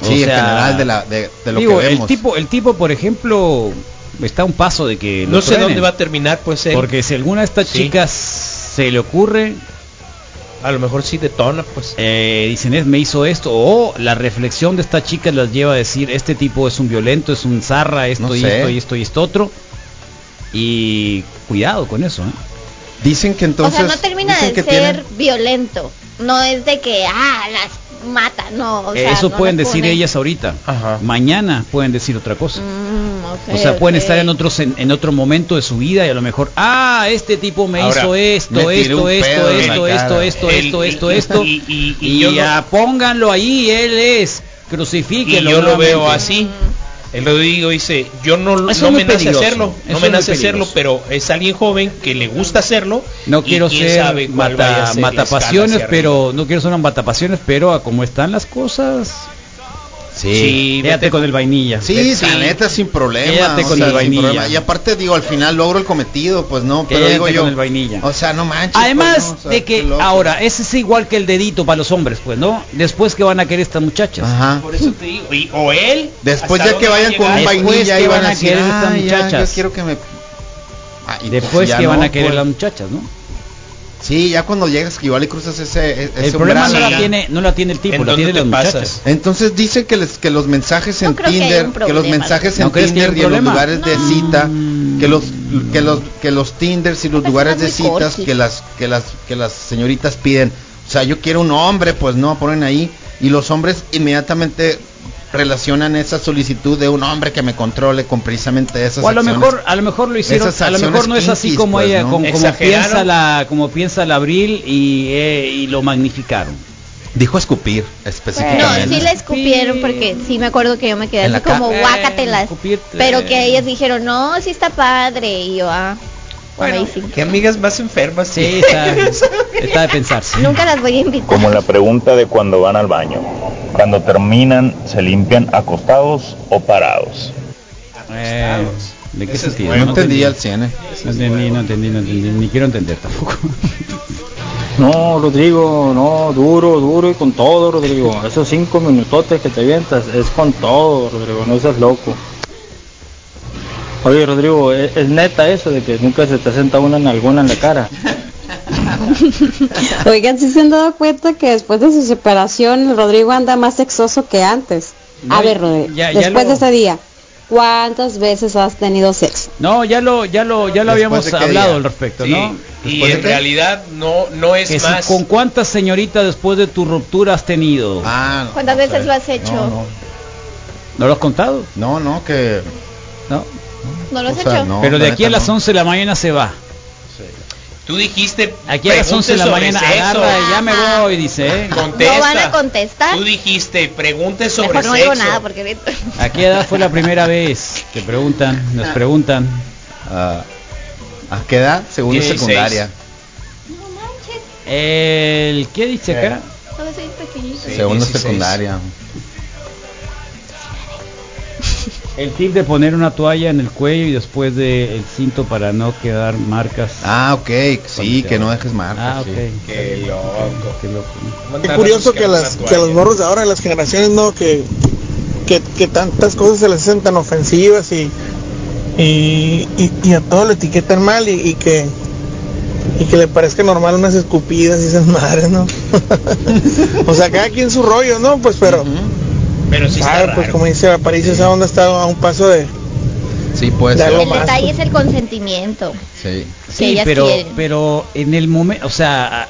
Speaker 2: o
Speaker 3: Sí, en
Speaker 2: sea,
Speaker 3: general de, la, de, de lo
Speaker 2: digo,
Speaker 3: que vemos.
Speaker 2: El tipo, el tipo, por ejemplo, está a un paso de que
Speaker 7: No
Speaker 2: lo
Speaker 7: sé dónde
Speaker 2: truenen.
Speaker 7: va a terminar, pues él.
Speaker 2: Porque si alguna de estas
Speaker 7: Sí.
Speaker 2: chicas se le ocurre,
Speaker 7: a lo mejor sí detona, pues.
Speaker 2: eh, dicen, "Es, me hizo esto, o la reflexión de estas chicas las lleva a decir, este tipo es un violento, es un zarra, esto
Speaker 3: No
Speaker 2: y
Speaker 3: sé.
Speaker 2: esto y esto y esto otro. Y cuidado con eso, ¿eh?
Speaker 3: Dicen que entonces.
Speaker 4: o sea, no termina
Speaker 3: dicen
Speaker 4: de
Speaker 3: que
Speaker 4: ser
Speaker 3: tienen-
Speaker 4: violento. No es de que, ah, las mata, no. O sea,
Speaker 2: Eso
Speaker 4: no
Speaker 2: pueden
Speaker 4: las
Speaker 2: decir
Speaker 4: pone-
Speaker 2: ellas ahorita.
Speaker 7: Ajá.
Speaker 2: Mañana pueden decir otra cosa.
Speaker 4: Mm,
Speaker 2: o sea,
Speaker 4: ok,
Speaker 2: pueden
Speaker 4: ok.
Speaker 2: estar en otro en, en otro momento de su vida y a lo mejor, ah, este tipo me
Speaker 7: Ahora,
Speaker 2: hizo esto,
Speaker 3: me tiró
Speaker 2: esto,
Speaker 3: un
Speaker 2: esto,
Speaker 3: pedo en
Speaker 2: esto,
Speaker 3: la
Speaker 2: esto,
Speaker 3: cara.
Speaker 2: esto,
Speaker 7: El-
Speaker 2: esto,
Speaker 7: y-
Speaker 2: esto,
Speaker 7: y-
Speaker 2: esto.
Speaker 7: y- y- y
Speaker 2: Y
Speaker 7: yo no-
Speaker 2: ya, pónganlo ahí, él es.
Speaker 7: Y
Speaker 2: Crucifíquenlo.
Speaker 7: yo lo veo
Speaker 2: nuevamente.
Speaker 7: así. El Rodrigo dice, yo no,
Speaker 2: Eso es
Speaker 7: no
Speaker 2: muy
Speaker 7: me nace
Speaker 2: peligroso.
Speaker 7: hacerlo,
Speaker 2: Eso
Speaker 7: no
Speaker 2: es
Speaker 7: me
Speaker 2: muy
Speaker 7: nace hacerlo,
Speaker 2: peligroso.
Speaker 7: pero es alguien joven que le gusta hacerlo.
Speaker 2: No
Speaker 7: y
Speaker 2: quiero
Speaker 7: quién
Speaker 2: ser
Speaker 7: sabe cuál vaya a ser
Speaker 2: mata,
Speaker 7: la escala
Speaker 2: matapasiones,
Speaker 7: hacia arriba.
Speaker 2: pero no quiero ser un matapasiones, pero a como están las cosas,
Speaker 7: Sí,
Speaker 2: quédate
Speaker 7: vete-
Speaker 2: con el vainilla.
Speaker 3: Sí, la neta sin problema.
Speaker 2: Quédate
Speaker 3: o
Speaker 2: con
Speaker 3: sea,
Speaker 2: el
Speaker 3: sin
Speaker 2: vainilla.
Speaker 3: problema. Y aparte digo, al final logro el cometido, pues no, pero
Speaker 2: Quédate
Speaker 3: digo yo.
Speaker 2: con el vainilla.
Speaker 3: O sea, no manches.
Speaker 2: Además
Speaker 3: pues, no, o sea,
Speaker 2: de
Speaker 3: qué
Speaker 2: que
Speaker 3: loco.
Speaker 2: ahora ese es igual que el dedito para los hombres, pues, ¿no? Después que van a querer estas muchachas.
Speaker 3: Ajá.
Speaker 7: Por eso te digo, y- o él.
Speaker 3: Después
Speaker 7: ¿hasta
Speaker 3: ya que
Speaker 7: dónde va a
Speaker 3: vayan con
Speaker 7: llegar?
Speaker 3: un
Speaker 2: Después
Speaker 3: vainilla
Speaker 2: que
Speaker 3: y van
Speaker 2: van a
Speaker 3: a decir,
Speaker 2: querer estas
Speaker 3: "Ah, ya, yo
Speaker 2: muchachas".
Speaker 3: quiero que me Ah, y pues,
Speaker 2: Después
Speaker 3: ya
Speaker 2: que van
Speaker 3: no,
Speaker 2: a querer
Speaker 3: pues.
Speaker 2: las muchachas, ¿no?
Speaker 3: Sí, ya cuando llegas que igual y cruzas ese, e- ese
Speaker 2: el problema
Speaker 3: umbral,
Speaker 2: no la
Speaker 3: ¿no?
Speaker 2: tiene, no la tiene el tipo,
Speaker 7: ¿En
Speaker 2: la
Speaker 7: dónde
Speaker 2: tiene
Speaker 7: te
Speaker 2: las
Speaker 7: pasas?
Speaker 2: muchachas.
Speaker 3: Entonces dice que, les, que los mensajes
Speaker 4: No
Speaker 3: en
Speaker 4: creo que haya
Speaker 3: Tinder,
Speaker 4: un
Speaker 3: que, los
Speaker 4: problema.
Speaker 3: mensajes en
Speaker 2: ¿No crees que haya
Speaker 3: Tinder
Speaker 2: un
Speaker 3: y en
Speaker 2: problema?
Speaker 3: los lugares de
Speaker 2: No.
Speaker 3: cita, que los
Speaker 2: Mm.
Speaker 3: que los que los Tinders y los
Speaker 4: Una
Speaker 3: lugares de
Speaker 4: persona Pues muy
Speaker 3: citas
Speaker 4: corky.
Speaker 3: que las que las que las señoritas piden, o sea, yo quiero un hombre, pues no ponen ahí y los hombres inmediatamente relacionan esa solicitud de un hombre que me controle con precisamente esas
Speaker 2: O a lo
Speaker 3: acciones.
Speaker 2: mejor, a lo mejor lo hicieron,
Speaker 3: Esas
Speaker 2: a lo mejor
Speaker 3: acciones
Speaker 2: no es así
Speaker 3: kinkies,
Speaker 2: como
Speaker 3: pues,
Speaker 2: ella,
Speaker 3: ¿no?
Speaker 2: con- como
Speaker 7: Exageraron.
Speaker 2: piensa la, como piensa la abril y, eh, y lo magnificaron.
Speaker 3: dijo escupir
Speaker 4: No,
Speaker 3: específicamente.
Speaker 4: sí le escupieron porque sí me acuerdo que yo me quedé
Speaker 3: En la
Speaker 4: así como
Speaker 2: cara. Eh,
Speaker 4: guácatelas.
Speaker 2: escupirte.
Speaker 4: Pero que ellas dijeron, no, sí está padre. Y yo, ah, amazing.
Speaker 7: Qué amigas más enfermas.
Speaker 2: Sí, está, está de pensarse.
Speaker 4: Nunca las voy a invitar.
Speaker 9: Como la pregunta de cuando van al baño. Cuando terminan, ¿se limpian acostados o parados?
Speaker 2: Eh, ¿De qué
Speaker 7: Ese es
Speaker 2: sentido?
Speaker 3: No entendía el cine.
Speaker 2: No entendí, no entendí, no entendí, ni quiero entender tampoco.
Speaker 10: No, Rodrigo, no, duro, duro y con todo, Rodrigo. Esos cinco minutotes que te avientas es con todo, Rodrigo, no seas loco. Oye, Rodrigo, ¿e-, ¿es, es neta eso de que nunca se te senta una en alguna en la cara?
Speaker 8: Oigan, si se han dado cuenta que después de su separación, el Rodrigo anda más sexoso que antes.
Speaker 2: No,
Speaker 8: A ver, Rodrigo,
Speaker 2: ya- ya
Speaker 8: después
Speaker 2: lo-
Speaker 8: de ese día, ¿cuántas veces has tenido sexo?
Speaker 2: No, ya lo, ya lo, ya lo
Speaker 3: Después
Speaker 2: habíamos
Speaker 3: de qué
Speaker 2: hablado
Speaker 3: día.
Speaker 2: al respecto,
Speaker 7: Sí,
Speaker 2: ¿no?
Speaker 7: Y
Speaker 3: Después de
Speaker 7: en
Speaker 3: qué?
Speaker 7: realidad no, no es
Speaker 2: Que si-
Speaker 7: más.
Speaker 2: ¿Con cuántas señoritas después de tu ruptura has tenido?
Speaker 3: Ah, no,
Speaker 4: ¿Cuántas
Speaker 3: no
Speaker 4: veces
Speaker 3: sé.
Speaker 4: lo has hecho?
Speaker 3: No, no.
Speaker 2: ¿No lo has contado?
Speaker 3: No, no, que
Speaker 2: ¿No?
Speaker 4: ¿No lo has
Speaker 3: o sea,
Speaker 4: hecho?
Speaker 3: no,
Speaker 2: Pero de
Speaker 3: la
Speaker 2: aquí a
Speaker 3: neta,
Speaker 2: las
Speaker 3: no.
Speaker 2: 11 de la mañana se va.
Speaker 7: Tú dijiste.
Speaker 2: Aquí a las 11 de la
Speaker 7: pregunte
Speaker 2: mañana
Speaker 7: sobre sexo.
Speaker 2: agarra y ya me voy, dice. ¿eh?
Speaker 7: Contesta.
Speaker 4: ¿No van a contestar?
Speaker 7: Tú dijiste, pregunte sobre
Speaker 4: Mejor no
Speaker 7: sexo.
Speaker 4: digo nada porque...
Speaker 2: ¿A qué edad fue la primera vez? Te preguntan, nos preguntan.
Speaker 3: Ah, ¿A qué edad? Segunda
Speaker 7: 16.
Speaker 3: secundaria.
Speaker 4: No manches,
Speaker 2: El, ¿Qué dice acá?
Speaker 4: Solo soy pequeñito.
Speaker 3: Segundo
Speaker 2: 16.
Speaker 3: secundaria.
Speaker 2: El tip de poner una toalla en el cuello y después de el cinto para no quedar marcas.
Speaker 3: Ah, ok, sí, que no dejes marcas.
Speaker 2: Ah, ok.
Speaker 3: sí.
Speaker 7: Qué loco.
Speaker 2: Qué loco.
Speaker 11: Qué curioso que, las, que los morros de ahora, las generaciones, ¿no? Que, que, que tantas cosas se les hacen tan ofensivas y, y, y- y a todo lo etiquetan mal y, y que y que le parezca normal unas escupidas y esas madres, ¿no? o sea, cada quien su rollo, ¿no? Pues pero...
Speaker 3: Mm,
Speaker 7: Pero sí
Speaker 11: ah, pues como dice Aparicio, esa onda está a un paso de...
Speaker 3: Sí, puede
Speaker 11: de
Speaker 3: ser.
Speaker 11: algo
Speaker 4: El
Speaker 11: más.
Speaker 4: detalle es el consentimiento.
Speaker 3: Sí.
Speaker 4: que
Speaker 2: Sí,
Speaker 4: ellas
Speaker 2: pero,
Speaker 4: quieren.
Speaker 2: pero en el momento, o sea, ah,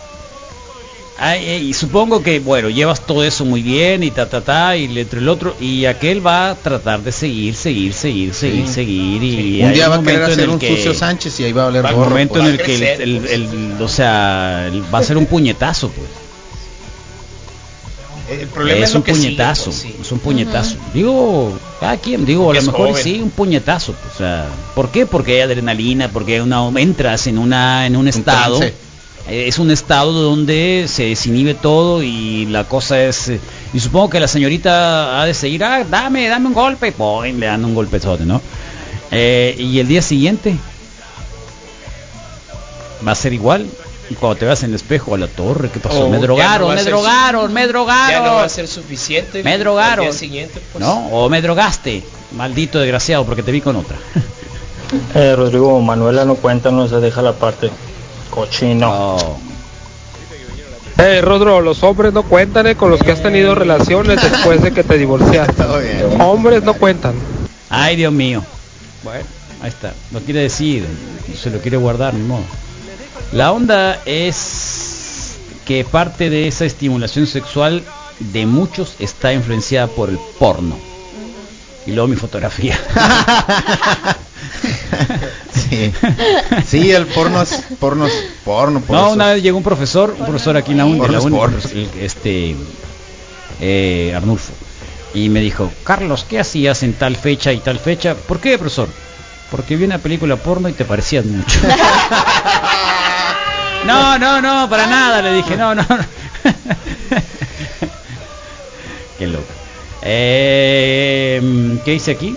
Speaker 2: ah, eh, y supongo que, bueno, llevas todo eso muy bien y ta, ta, ta, y el entre el otro, y aquel va a tratar de seguir, seguir, seguir, seguir, seguir, y
Speaker 3: Un
Speaker 2: hay
Speaker 3: día va a querer
Speaker 2: momento en
Speaker 3: hacer
Speaker 2: el
Speaker 3: un
Speaker 2: que-
Speaker 3: sucio Sánchez y ahí va a valer
Speaker 2: al
Speaker 3: gorro,
Speaker 2: momento
Speaker 3: pues.
Speaker 2: en el que el, el- el- o sea el- va a ser un puñetazo pues
Speaker 7: El problema es,
Speaker 2: es,
Speaker 7: lo
Speaker 2: un
Speaker 7: que sigue,
Speaker 2: puñetazo
Speaker 7: pues, sí.
Speaker 2: es un puñetazo digo cada quien digo
Speaker 7: Porque
Speaker 2: a
Speaker 7: es
Speaker 2: lo mejor
Speaker 7: joven.
Speaker 2: sí un puñetazo pues, o sea por qué porque hay adrenalina porque hay una entras en una en un estado
Speaker 3: trance.
Speaker 2: eh, es un estado donde se desinhibe todo y la cosa es eh, y supongo que la señorita ha de seguir ah dame dame un golpe Boing, le dan un golpezote no Eh, y el día siguiente va a ser igual y cuando te veas en el espejo a la torre qué pasó
Speaker 7: O
Speaker 2: me
Speaker 7: Oh, ya
Speaker 2: drogaron
Speaker 7: no va a
Speaker 2: me
Speaker 7: ser
Speaker 2: drogaron
Speaker 7: su-
Speaker 2: me drogaron
Speaker 7: Ya no va a ser suficiente.
Speaker 2: Me
Speaker 7: al
Speaker 2: drogaron.
Speaker 7: día siguiente, pues.
Speaker 2: ¿no? O me drogaste, maldito desgraciado, porque te vi con otra.
Speaker 10: Eh, Rodrigo, Manuela no cuenta, no se deja la parte.
Speaker 2: Ah,
Speaker 10: Cochino.
Speaker 2: Oh.
Speaker 12: Eh, Rodro, los hombres no cuentan eh, con los que has tenido relaciones después de que te divorciaste. Hombres no cuentan.
Speaker 2: Ay, Dios mío. Bueno, ahí está. No quiere decir, se lo quiere guardar, ni modo. La onda es que parte de esa estimulación sexual de muchos está influenciada por el porno. Y luego mi fotografía.
Speaker 3: Sí. Sí, el porno es porno, es porno. por
Speaker 2: no,
Speaker 3: eso.
Speaker 2: una vez llegó un profesor, un profesor aquí en la UNI,
Speaker 3: Por
Speaker 2: la
Speaker 3: los
Speaker 2: uni,
Speaker 3: porros.
Speaker 2: el- este eh, Arnulfo, y me dijo, Carlos, ¿qué hacías en tal fecha y tal fecha? ¿Por qué, profesor? Porque vi una película porno y te parecías mucho. no, no, no, para nada, le dije, no, no. no. qué loco. Eh, ¿Qué dice aquí?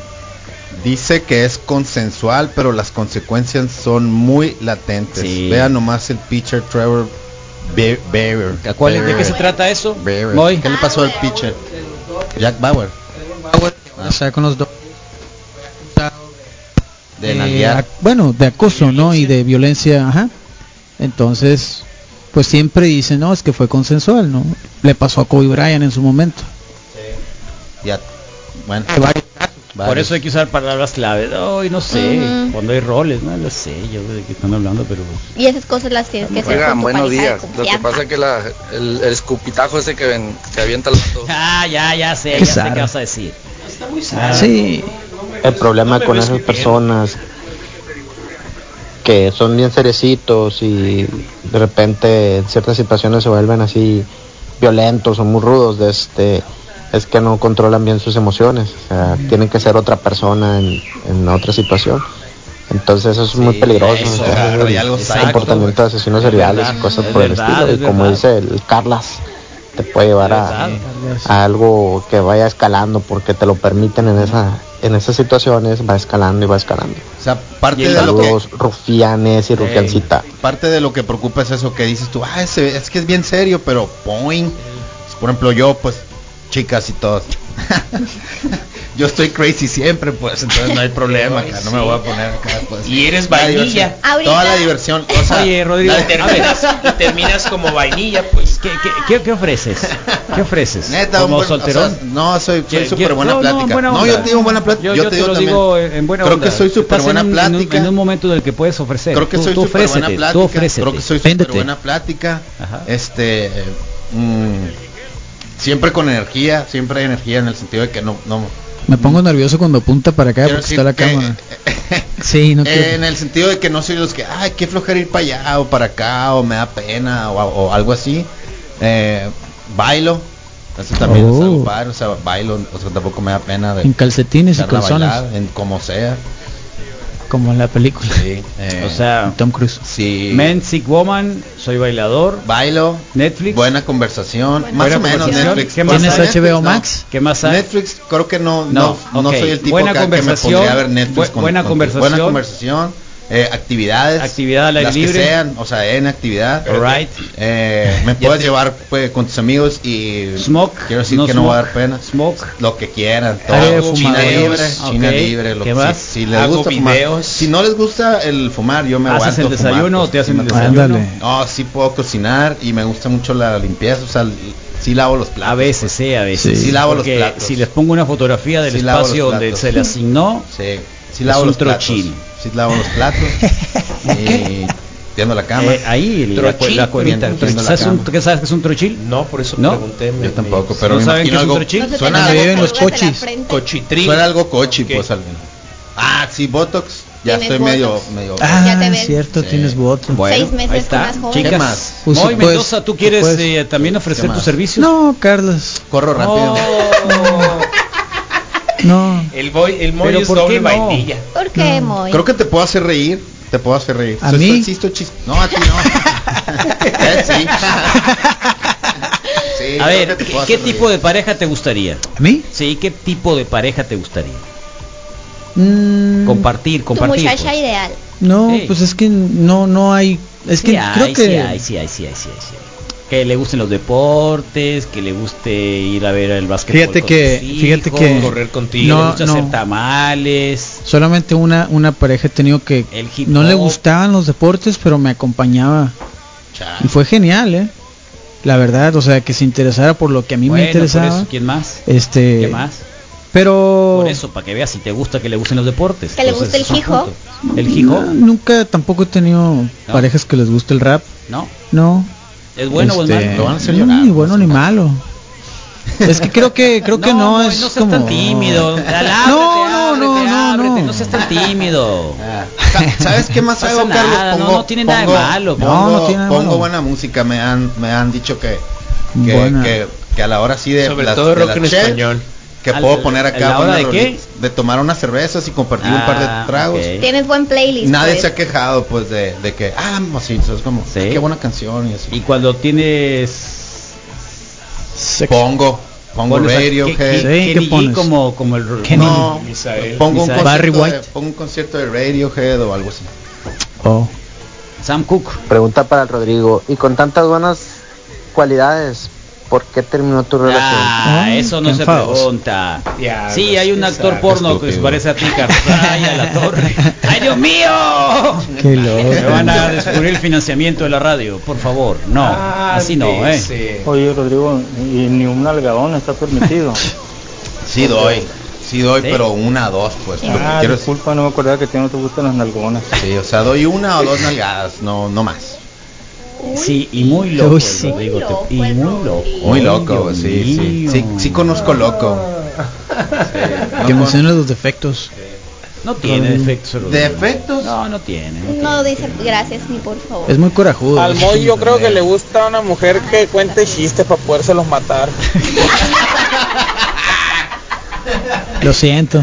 Speaker 3: Dice que es consensual, pero las consecuencias son muy latentes.
Speaker 2: Sí.
Speaker 3: Vea nomás el pitcher Trevor Be- Bauer.
Speaker 2: ¿Cuál es- ¿De
Speaker 3: Bauer.
Speaker 2: qué se trata eso?
Speaker 3: Bauer.
Speaker 2: Voy.
Speaker 3: ¿Qué le pasó al pitcher? Jack Bauer.
Speaker 6: O sea, con los dos.
Speaker 3: De
Speaker 6: Eh,
Speaker 3: nalguear.
Speaker 6: ac- bueno, de acoso, ¿no? Y de violencia, ajá. Entonces, pues siempre dicen, no, es que fue consensual, ¿no? Le pasó a Kobe Bryant en su momento.
Speaker 3: Y a- bueno.
Speaker 2: Por
Speaker 3: Varios.
Speaker 2: eso hay que usar palabras clave. Hoy no sé,
Speaker 4: Ujú.
Speaker 2: cuando hay roles, no lo sé, yo de qué están hablando, pero
Speaker 4: Y esas cosas las tienes que hacer
Speaker 13: Oigan,
Speaker 4: con tu
Speaker 13: buenos
Speaker 4: pareja de
Speaker 13: días. Lo que
Speaker 4: confianza.
Speaker 13: pasa es que la, el, el escupitajo ese que, ven- que avienta el vato.
Speaker 2: Ah, ya, ya sé,
Speaker 13: Qué
Speaker 2: ya sé
Speaker 13: zarra.
Speaker 2: qué vas a decir.
Speaker 14: Sí. El problema con esas personas que son bien cerecitos y de repente en ciertas situaciones se vuelven así violentos o muy rudos de este es que no controlan bien sus emociones, o sea, tienen que ser otra persona en, en otra situación. Entonces eso es muy peligroso,
Speaker 3: eso,
Speaker 14: o sea,
Speaker 3: claro, hay algo
Speaker 14: el
Speaker 3: psycho,
Speaker 14: comportamiento de asesinos seriales y
Speaker 3: verdad,
Speaker 14: cosas
Speaker 3: es
Speaker 14: por el
Speaker 3: verdad,
Speaker 14: estilo.
Speaker 3: es
Speaker 14: Y como
Speaker 3: verdad.
Speaker 14: dice el Carlas, te puede llevar a, a algo que vaya escalando porque te lo permiten en esa en esas situaciones va escalando y va escalando.
Speaker 3: O sea, parte de lo que
Speaker 14: Saludos, rufianes y rufiancita.
Speaker 3: parte de lo que preocupa es eso que dices tú, ah, ese- es que es bien serio, pero point. Por ejemplo, yo, pues, chicas y todos. yo estoy crazy siempre, pues, entonces no hay problema, acá, no me voy a poner acá, pues.
Speaker 7: Y eres
Speaker 3: La
Speaker 7: vainilla.
Speaker 3: diversión,
Speaker 7: Ahorita-
Speaker 3: Toda la diversión. O sea,
Speaker 2: Oye, Rodrigo,
Speaker 3: la-
Speaker 7: Y terminas, y terminas como vainilla, pues.
Speaker 2: ¿Qué, qué, qué, qué ofreces? ¿Qué ofreces?
Speaker 3: Neta, un
Speaker 2: Pues, ¿Como
Speaker 3: buen-
Speaker 2: solterón?
Speaker 3: o sea, no, soy
Speaker 2: ¿Qué-
Speaker 3: soy
Speaker 2: qué-
Speaker 3: súper buena
Speaker 2: no, no,
Speaker 3: plática. No,
Speaker 2: buena
Speaker 3: yo
Speaker 2: onda.
Speaker 3: te digo buena plática.
Speaker 2: Yo,
Speaker 3: Yo,
Speaker 2: yo
Speaker 3: te
Speaker 2: te
Speaker 3: digo
Speaker 2: lo
Speaker 3: también.
Speaker 2: digo en buena
Speaker 3: Creo
Speaker 2: onda.
Speaker 3: que soy súper
Speaker 2: Estás
Speaker 3: buena
Speaker 2: en un- en un-
Speaker 3: plática.
Speaker 2: En un momento del que puedes ofrecer.
Speaker 3: Creo que
Speaker 2: Tú-
Speaker 3: soy
Speaker 2: tú
Speaker 3: súper buena
Speaker 2: ofrécete, tú
Speaker 3: plática. Creo
Speaker 2: ofrécete.
Speaker 3: que soy súper
Speaker 2: Véndete.
Speaker 3: buena plática. Este. eh, mm, siempre con energía. Siempre hay energía en el sentido de que no. no
Speaker 6: Me pongo nervioso cuando apunta para acá
Speaker 3: Quiero
Speaker 6: porque pues, está la
Speaker 3: decir que-
Speaker 6: cámara. Sí, no
Speaker 3: eh,
Speaker 6: quiero.
Speaker 3: en el sentido de que no soy los que. Ay, qué flojera ir para allá o para acá o me da pena o, o algo así. Eh, bailo. Eso también es algo
Speaker 6: Oh.
Speaker 3: padre, O sea, bailo. O sea, tampoco me da pena de.
Speaker 6: En calcetines y
Speaker 3: echarla a
Speaker 6: calzones.
Speaker 3: bailar, en como sea.
Speaker 6: Como en la película.
Speaker 2: o sea,
Speaker 6: Tom Cruise.
Speaker 3: Eh, Sí.
Speaker 2: Men, Sick Woman, soy bailador.
Speaker 3: Bailo.
Speaker 2: Netflix.
Speaker 3: Buena conversación.
Speaker 2: Buena
Speaker 3: más o menos
Speaker 2: conversación.
Speaker 3: Netflix.
Speaker 2: ¿Qué más
Speaker 3: Porque
Speaker 2: hay?
Speaker 3: Netflix,
Speaker 2: ¿Tienes HBO
Speaker 3: no.
Speaker 2: Max? ¿Qué más hay?
Speaker 3: Netflix, creo que no. No,
Speaker 2: No,
Speaker 3: no,
Speaker 2: ok.
Speaker 3: soy el tipo
Speaker 2: Buena
Speaker 3: que, que me
Speaker 2: conversación,
Speaker 3: pondría a ver Netflix.
Speaker 2: bu- buena conversación.
Speaker 3: Buena conversación. eh, actividad,
Speaker 2: Actividad al aire
Speaker 3: las que
Speaker 2: libre.
Speaker 3: sean, o sea, en actividad.
Speaker 2: All right.
Speaker 3: Eh, me puedes llevar pues, con tus amigos y
Speaker 2: Smoke,
Speaker 3: quiero decir
Speaker 2: no
Speaker 3: que no va a dar
Speaker 2: smoke.
Speaker 3: pena.
Speaker 2: Smoke. Ah,
Speaker 3: Lo que quieran, todo.
Speaker 2: Área de
Speaker 3: China
Speaker 2: fumadores.
Speaker 3: libre,
Speaker 2: Ok.
Speaker 3: China libre, lo
Speaker 2: ¿Qué
Speaker 3: que
Speaker 2: más?
Speaker 3: si, si les
Speaker 2: Hago
Speaker 3: gusta fumar.
Speaker 2: videos.
Speaker 3: Si no les gusta el fumar, pues, yo me
Speaker 2: ¿Haces
Speaker 3: aguanto
Speaker 2: el desayuno o te hacen el desayuno?
Speaker 3: Ándale. No, sí puedo cocinar y me gusta mucho la limpieza, o sea, l- sí lavo los platos.
Speaker 2: A veces, sí, a veces.
Speaker 3: Sí. Sí lavo los
Speaker 2: Porque
Speaker 3: platos.
Speaker 2: Si les pongo una fotografía del
Speaker 3: Sí lavo los
Speaker 2: espacio donde
Speaker 3: platos.
Speaker 2: se le asignó,
Speaker 3: Sí, sí
Speaker 2: Es
Speaker 3: lavo
Speaker 2: un
Speaker 3: los platos.
Speaker 2: trochín.
Speaker 3: Sí lavo los platos. y tiendo la cama.
Speaker 2: eh, ahí la, cu-
Speaker 3: Trochín,
Speaker 2: la cuenta.
Speaker 3: tiendo la
Speaker 2: ¿Sabes, un-
Speaker 3: cama.
Speaker 2: qué sabes que es un trochil?
Speaker 7: No, por eso
Speaker 2: ¿No?
Speaker 7: pregunté. me-
Speaker 3: Yo tampoco,
Speaker 7: me-
Speaker 3: pero
Speaker 2: ¿No
Speaker 3: me
Speaker 2: saben
Speaker 3: imagino
Speaker 2: qué es un
Speaker 3: algo.
Speaker 2: trochil?
Speaker 4: No se
Speaker 3: Suena
Speaker 4: te
Speaker 3: algo,
Speaker 4: viven los cochis.
Speaker 7: Cochitril.
Speaker 3: suena algo cochi,
Speaker 7: Ok.
Speaker 3: pues al menos. Ah, sí, Botox. Ya
Speaker 4: Tienes
Speaker 3: estoy medio, medio.
Speaker 4: Ya
Speaker 6: Ah,
Speaker 4: te ves.
Speaker 6: cierto,
Speaker 3: Sí.
Speaker 6: tienes voto.
Speaker 4: Seis meses
Speaker 2: ahí está.
Speaker 4: más joven.
Speaker 3: ¿Qué
Speaker 2: Chicas,
Speaker 3: más?
Speaker 6: Pues,
Speaker 2: Moy
Speaker 6: pues,
Speaker 2: Mendoza, ¿tú quieres
Speaker 6: pues.
Speaker 2: eh, también ofrecer
Speaker 3: más?
Speaker 2: tus servicios?
Speaker 6: No, Carlos.
Speaker 3: Corro rápido.
Speaker 2: Oh.
Speaker 6: No.
Speaker 7: El boy, el Moy
Speaker 2: Pero
Speaker 7: es
Speaker 2: ¿por qué
Speaker 7: doble
Speaker 2: no?
Speaker 7: vainilla.
Speaker 4: ¿Por qué, Moy?
Speaker 3: Creo que te puedo hacer reír. Te puedo hacer reír.
Speaker 6: ¿A
Speaker 3: Soy-
Speaker 6: mí?
Speaker 3: soy chisto chis- No, a ti no. Eh, sí. Sí,
Speaker 2: A
Speaker 3: creo
Speaker 2: ver,
Speaker 3: que te puedo
Speaker 2: ¿qué
Speaker 3: hacer reír.
Speaker 2: tipo de pareja te gustaría?
Speaker 6: ¿A mí?
Speaker 2: Sí, ¿qué tipo de pareja te gustaría?
Speaker 6: Mm,
Speaker 2: Compartir,
Speaker 4: Tu
Speaker 2: compartir.
Speaker 4: muchacha
Speaker 2: pues.
Speaker 4: ideal.
Speaker 6: no,
Speaker 2: Sí.
Speaker 6: pues es que no no hay es que
Speaker 2: Sí hay,
Speaker 6: creo que
Speaker 2: sí hay, sí hay, sí hay, sí hay, sí hay. Que le gusten los deportes, que le guste ir a ver el básquetbol
Speaker 6: Fíjate
Speaker 2: con
Speaker 6: que-
Speaker 2: sus
Speaker 6: fíjate
Speaker 2: hijos,
Speaker 6: que-
Speaker 2: correr contigo,
Speaker 6: no,
Speaker 2: le gusta
Speaker 6: no.
Speaker 2: hacer tamales,
Speaker 6: solamente una una pareja he tenido que
Speaker 2: el hip
Speaker 6: no le
Speaker 2: hop.
Speaker 6: gustaban los deportes, pero me acompañaba.
Speaker 3: Chale.
Speaker 6: Y fue genial, ¿eh? La verdad, o sea, que se interesara por lo que a mí
Speaker 2: Bueno,
Speaker 6: me
Speaker 2: por
Speaker 6: interesaba.
Speaker 2: eso, ¿quién más?
Speaker 6: Este,
Speaker 2: ¿Qué más?
Speaker 6: pero
Speaker 2: Por eso, para que veas si te gusta que le gusten los deportes.
Speaker 4: Que le
Speaker 2: Entonces,
Speaker 4: guste el
Speaker 2: esos son
Speaker 4: hip
Speaker 2: puntos. El hip hop,
Speaker 6: No, nunca tampoco he tenido parejas que les guste el rap,
Speaker 2: ¿no?
Speaker 6: no.
Speaker 2: ¿Es bueno o es
Speaker 6: Este,
Speaker 2: malo?
Speaker 3: Lo van a hacer
Speaker 6: no,
Speaker 3: llorar,
Speaker 6: Ni
Speaker 2: pues,
Speaker 3: no
Speaker 6: bueno
Speaker 3: sé.
Speaker 6: ni malo. Es que creo que creo que no,
Speaker 2: Moy,
Speaker 6: es
Speaker 2: no seas
Speaker 6: como
Speaker 2: tan tímido. Alábrete,
Speaker 6: No, no,
Speaker 2: ábrete,
Speaker 6: no, no,
Speaker 2: ábrete,
Speaker 6: no.
Speaker 2: no seas tan tímido.
Speaker 3: Ah, Sa- ¿Sabes qué más
Speaker 2: Pasa
Speaker 3: hago, Carlos?
Speaker 2: nada, no, no tiene nada de malo,
Speaker 3: Pongo,
Speaker 6: no, no tiene nada de
Speaker 3: pongo
Speaker 6: malo.
Speaker 3: buena música. Me han, me han dicho que, que,
Speaker 6: Buena.
Speaker 3: que, que a la hora sí de
Speaker 7: Sobre
Speaker 3: las-
Speaker 7: todo
Speaker 3: de
Speaker 7: rock
Speaker 3: las
Speaker 7: en
Speaker 3: chef,
Speaker 7: español.
Speaker 3: Que
Speaker 2: Al-
Speaker 3: puedo poner
Speaker 2: ¿a
Speaker 3: acá.
Speaker 2: la hora
Speaker 3: buenas
Speaker 2: de qué?
Speaker 3: rolitas, De tomar unas cervezas y compartir un par
Speaker 2: Ah,
Speaker 3: de tragos.
Speaker 2: ok.
Speaker 4: Tienes buen playlist.
Speaker 3: Nadie
Speaker 4: pues.
Speaker 3: se ha quejado, pues, de, de que, ah, mocito, es como,
Speaker 2: Sí.
Speaker 3: qué buena canción y así.
Speaker 2: Y cuando tienes
Speaker 3: pongo, pongo
Speaker 2: pones a-
Speaker 3: radio,
Speaker 2: que-
Speaker 3: que-
Speaker 2: que-
Speaker 6: Sí, ¿qué
Speaker 2: Kenny G
Speaker 6: pones?
Speaker 2: como como el
Speaker 6: Kenny
Speaker 3: no,
Speaker 7: Misael.
Speaker 3: pongo un,
Speaker 2: Misael.
Speaker 6: Barry
Speaker 3: concierto de,
Speaker 6: White.
Speaker 3: pongo un concierto de Radiohead o algo así.
Speaker 6: Oh.
Speaker 2: Sam Cooke.
Speaker 14: Pregunta para el Rodrigo. Y con tantas buenas cualidades, ¿por qué terminó tu relación?
Speaker 2: Ah,
Speaker 6: Ay,
Speaker 2: eso no
Speaker 6: qué
Speaker 2: se
Speaker 6: enfados.
Speaker 2: pregunta.
Speaker 7: Diablos,
Speaker 2: sí, hay un
Speaker 7: qué
Speaker 2: actor
Speaker 7: sad.
Speaker 2: porno que se
Speaker 3: pues, Estúpido.
Speaker 2: parece a ti, Carlos. Ay, a la torre. ¡Ay, Dios mío!
Speaker 6: Qué
Speaker 2: Me
Speaker 6: loco.
Speaker 2: van a descubrir el financiamiento de la radio, por favor. No, así no, ¿eh?
Speaker 7: Ándese.
Speaker 10: Oye, Rodrigo, y ni un nalgadón está permitido.
Speaker 3: Sí doy, sí doy,
Speaker 2: Sí.
Speaker 3: pero una, dos, pues. lo que
Speaker 10: ah,
Speaker 3: quiero decir-
Speaker 10: disculpa, no me acordaba que a ti no te gustan las nalgonas.
Speaker 3: Sí, o sea, doy una o dos nalgadas, no, no más.
Speaker 2: Sí, y muy loco.
Speaker 6: Uy,
Speaker 2: el
Speaker 6: Oh, sí.
Speaker 2: Rodrigo,
Speaker 4: Loco,
Speaker 2: te- y muy
Speaker 4: el
Speaker 2: loco.
Speaker 3: Muy loco,
Speaker 2: Ay, Dios
Speaker 3: sí, sí.
Speaker 2: mío.
Speaker 3: Sí, sí conozco loco. Sí, no
Speaker 6: Que
Speaker 3: con-
Speaker 6: menciones los defectos.
Speaker 2: No tiene defectos. el Rodrigo.
Speaker 3: ¿Defectos?
Speaker 2: No, no tiene. no
Speaker 4: No
Speaker 2: tiene.
Speaker 4: dice gracias ni por favor.
Speaker 6: Es muy corajudo.
Speaker 11: Al Moy yo creo
Speaker 10: Eh.
Speaker 11: que le gusta una mujer que cuente chistes para podérselos matar.
Speaker 6: Lo siento.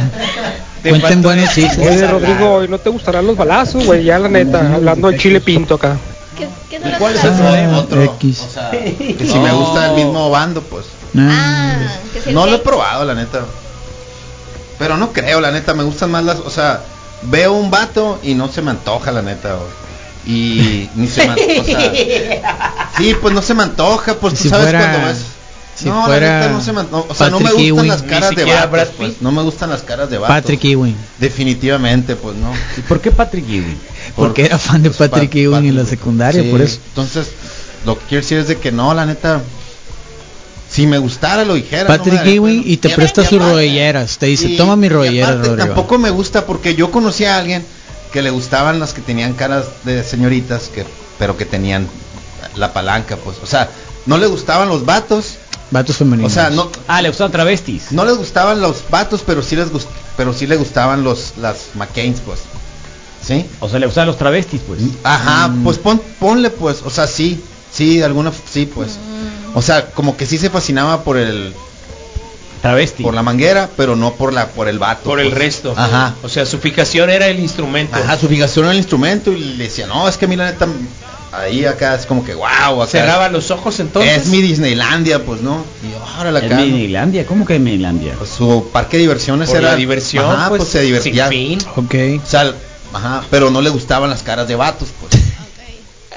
Speaker 6: Cuenten buenos chistes.
Speaker 12: Oye, Rodrigo, ¿y no te gustarán los balazos, güey? Ya la neta,
Speaker 10: Mm.
Speaker 12: hablando de chile pinto acá.
Speaker 4: ¿Qué, qué son los
Speaker 3: ¿Cuál es el
Speaker 4: planes?
Speaker 3: problema?
Speaker 6: Ah,
Speaker 3: Otro,
Speaker 6: X.
Speaker 3: o sea, que si me gusta el mismo bando, pues.
Speaker 6: Ah,
Speaker 4: Ah, que si el
Speaker 3: No lo he
Speaker 4: gay-
Speaker 3: probado, la neta. Pero no creo, la neta, me gustan más las, o sea, veo un vato y no se me antoja, la neta. o- Y ni se me antoja. sí, pues no se me antoja, pues
Speaker 6: Y
Speaker 3: tú
Speaker 6: si
Speaker 3: sabes
Speaker 6: fuera-
Speaker 3: cuando ves.
Speaker 6: si
Speaker 3: no,
Speaker 6: fuera
Speaker 3: la neta no se me antoja. O sea, no me
Speaker 6: Patrick
Speaker 3: gustan
Speaker 6: Ewing.
Speaker 3: las
Speaker 6: Ni
Speaker 3: caras de
Speaker 7: siquiera
Speaker 3: vatos,
Speaker 7: Brad Pitt.
Speaker 3: pues, no me gustan las caras de vatos.
Speaker 6: Patrick Ewing.
Speaker 3: Definitivamente, pues no.
Speaker 2: ¿Y por qué Patrick Ewing?
Speaker 6: Porque era fan de Patrick
Speaker 3: Pa-
Speaker 6: Ewing en la
Speaker 3: Patrick-
Speaker 6: secundaria,
Speaker 3: Sí,
Speaker 6: por eso.
Speaker 3: Entonces, lo que quiero decir es de que no, la neta. Si me gustara lo dijera. no me
Speaker 6: Patrick
Speaker 3: daría
Speaker 6: Ewing
Speaker 3: pena.
Speaker 6: y te
Speaker 3: Y
Speaker 6: presta
Speaker 3: aparte-
Speaker 6: sus rodilleras. Te dice,
Speaker 3: y-
Speaker 6: toma mi
Speaker 3: y
Speaker 6: rodillera,
Speaker 3: aparte,
Speaker 6: Rodrigo.
Speaker 3: Tampoco me gusta porque yo conocí a alguien que le gustaban las que tenían caras de señoritas, que pero que tenían la palanca, pues. O sea, no le gustaban los vatos.
Speaker 6: Vatos femeninos.
Speaker 3: O sea, no,
Speaker 2: Ah, le gustan travestis.
Speaker 3: no les gustaban los vatos, pero sí les gust- pero sí le gustaban los las McCains, pues. ¿Sí?
Speaker 2: O sea, le gustan los travestis, pues.
Speaker 3: Ajá,
Speaker 7: Mm.
Speaker 3: pues pon- ponle pues, o sea, sí, sí, de alguna f- sí pues. O sea, como que sí se fascinaba por el
Speaker 2: Travesti.
Speaker 3: Por la manguera, pero no por la por el vato. pues.
Speaker 7: Por el resto.
Speaker 3: Ajá.
Speaker 7: O sea, su fijación era el
Speaker 2: Ah.
Speaker 7: instrumento.
Speaker 3: Ajá, su fijación en el instrumento y le decía, no, es que a mí la neta, ahí acá es como que wow. Acá
Speaker 7: Cerraba los ojos entonces.
Speaker 3: Es mi Disneylandia, pues no. Y ahora la
Speaker 2: ¿En Disneylandia? ¿Cómo que en Disneylandia?
Speaker 3: Pues, su parque de diversiones
Speaker 7: Por
Speaker 3: era.
Speaker 7: la diversión,
Speaker 3: Ajá, pues,
Speaker 7: pues,
Speaker 3: se divertía.
Speaker 7: sin
Speaker 6: Ok.
Speaker 3: O sea, ajá, pero no le gustaban las caras de vatos, pues.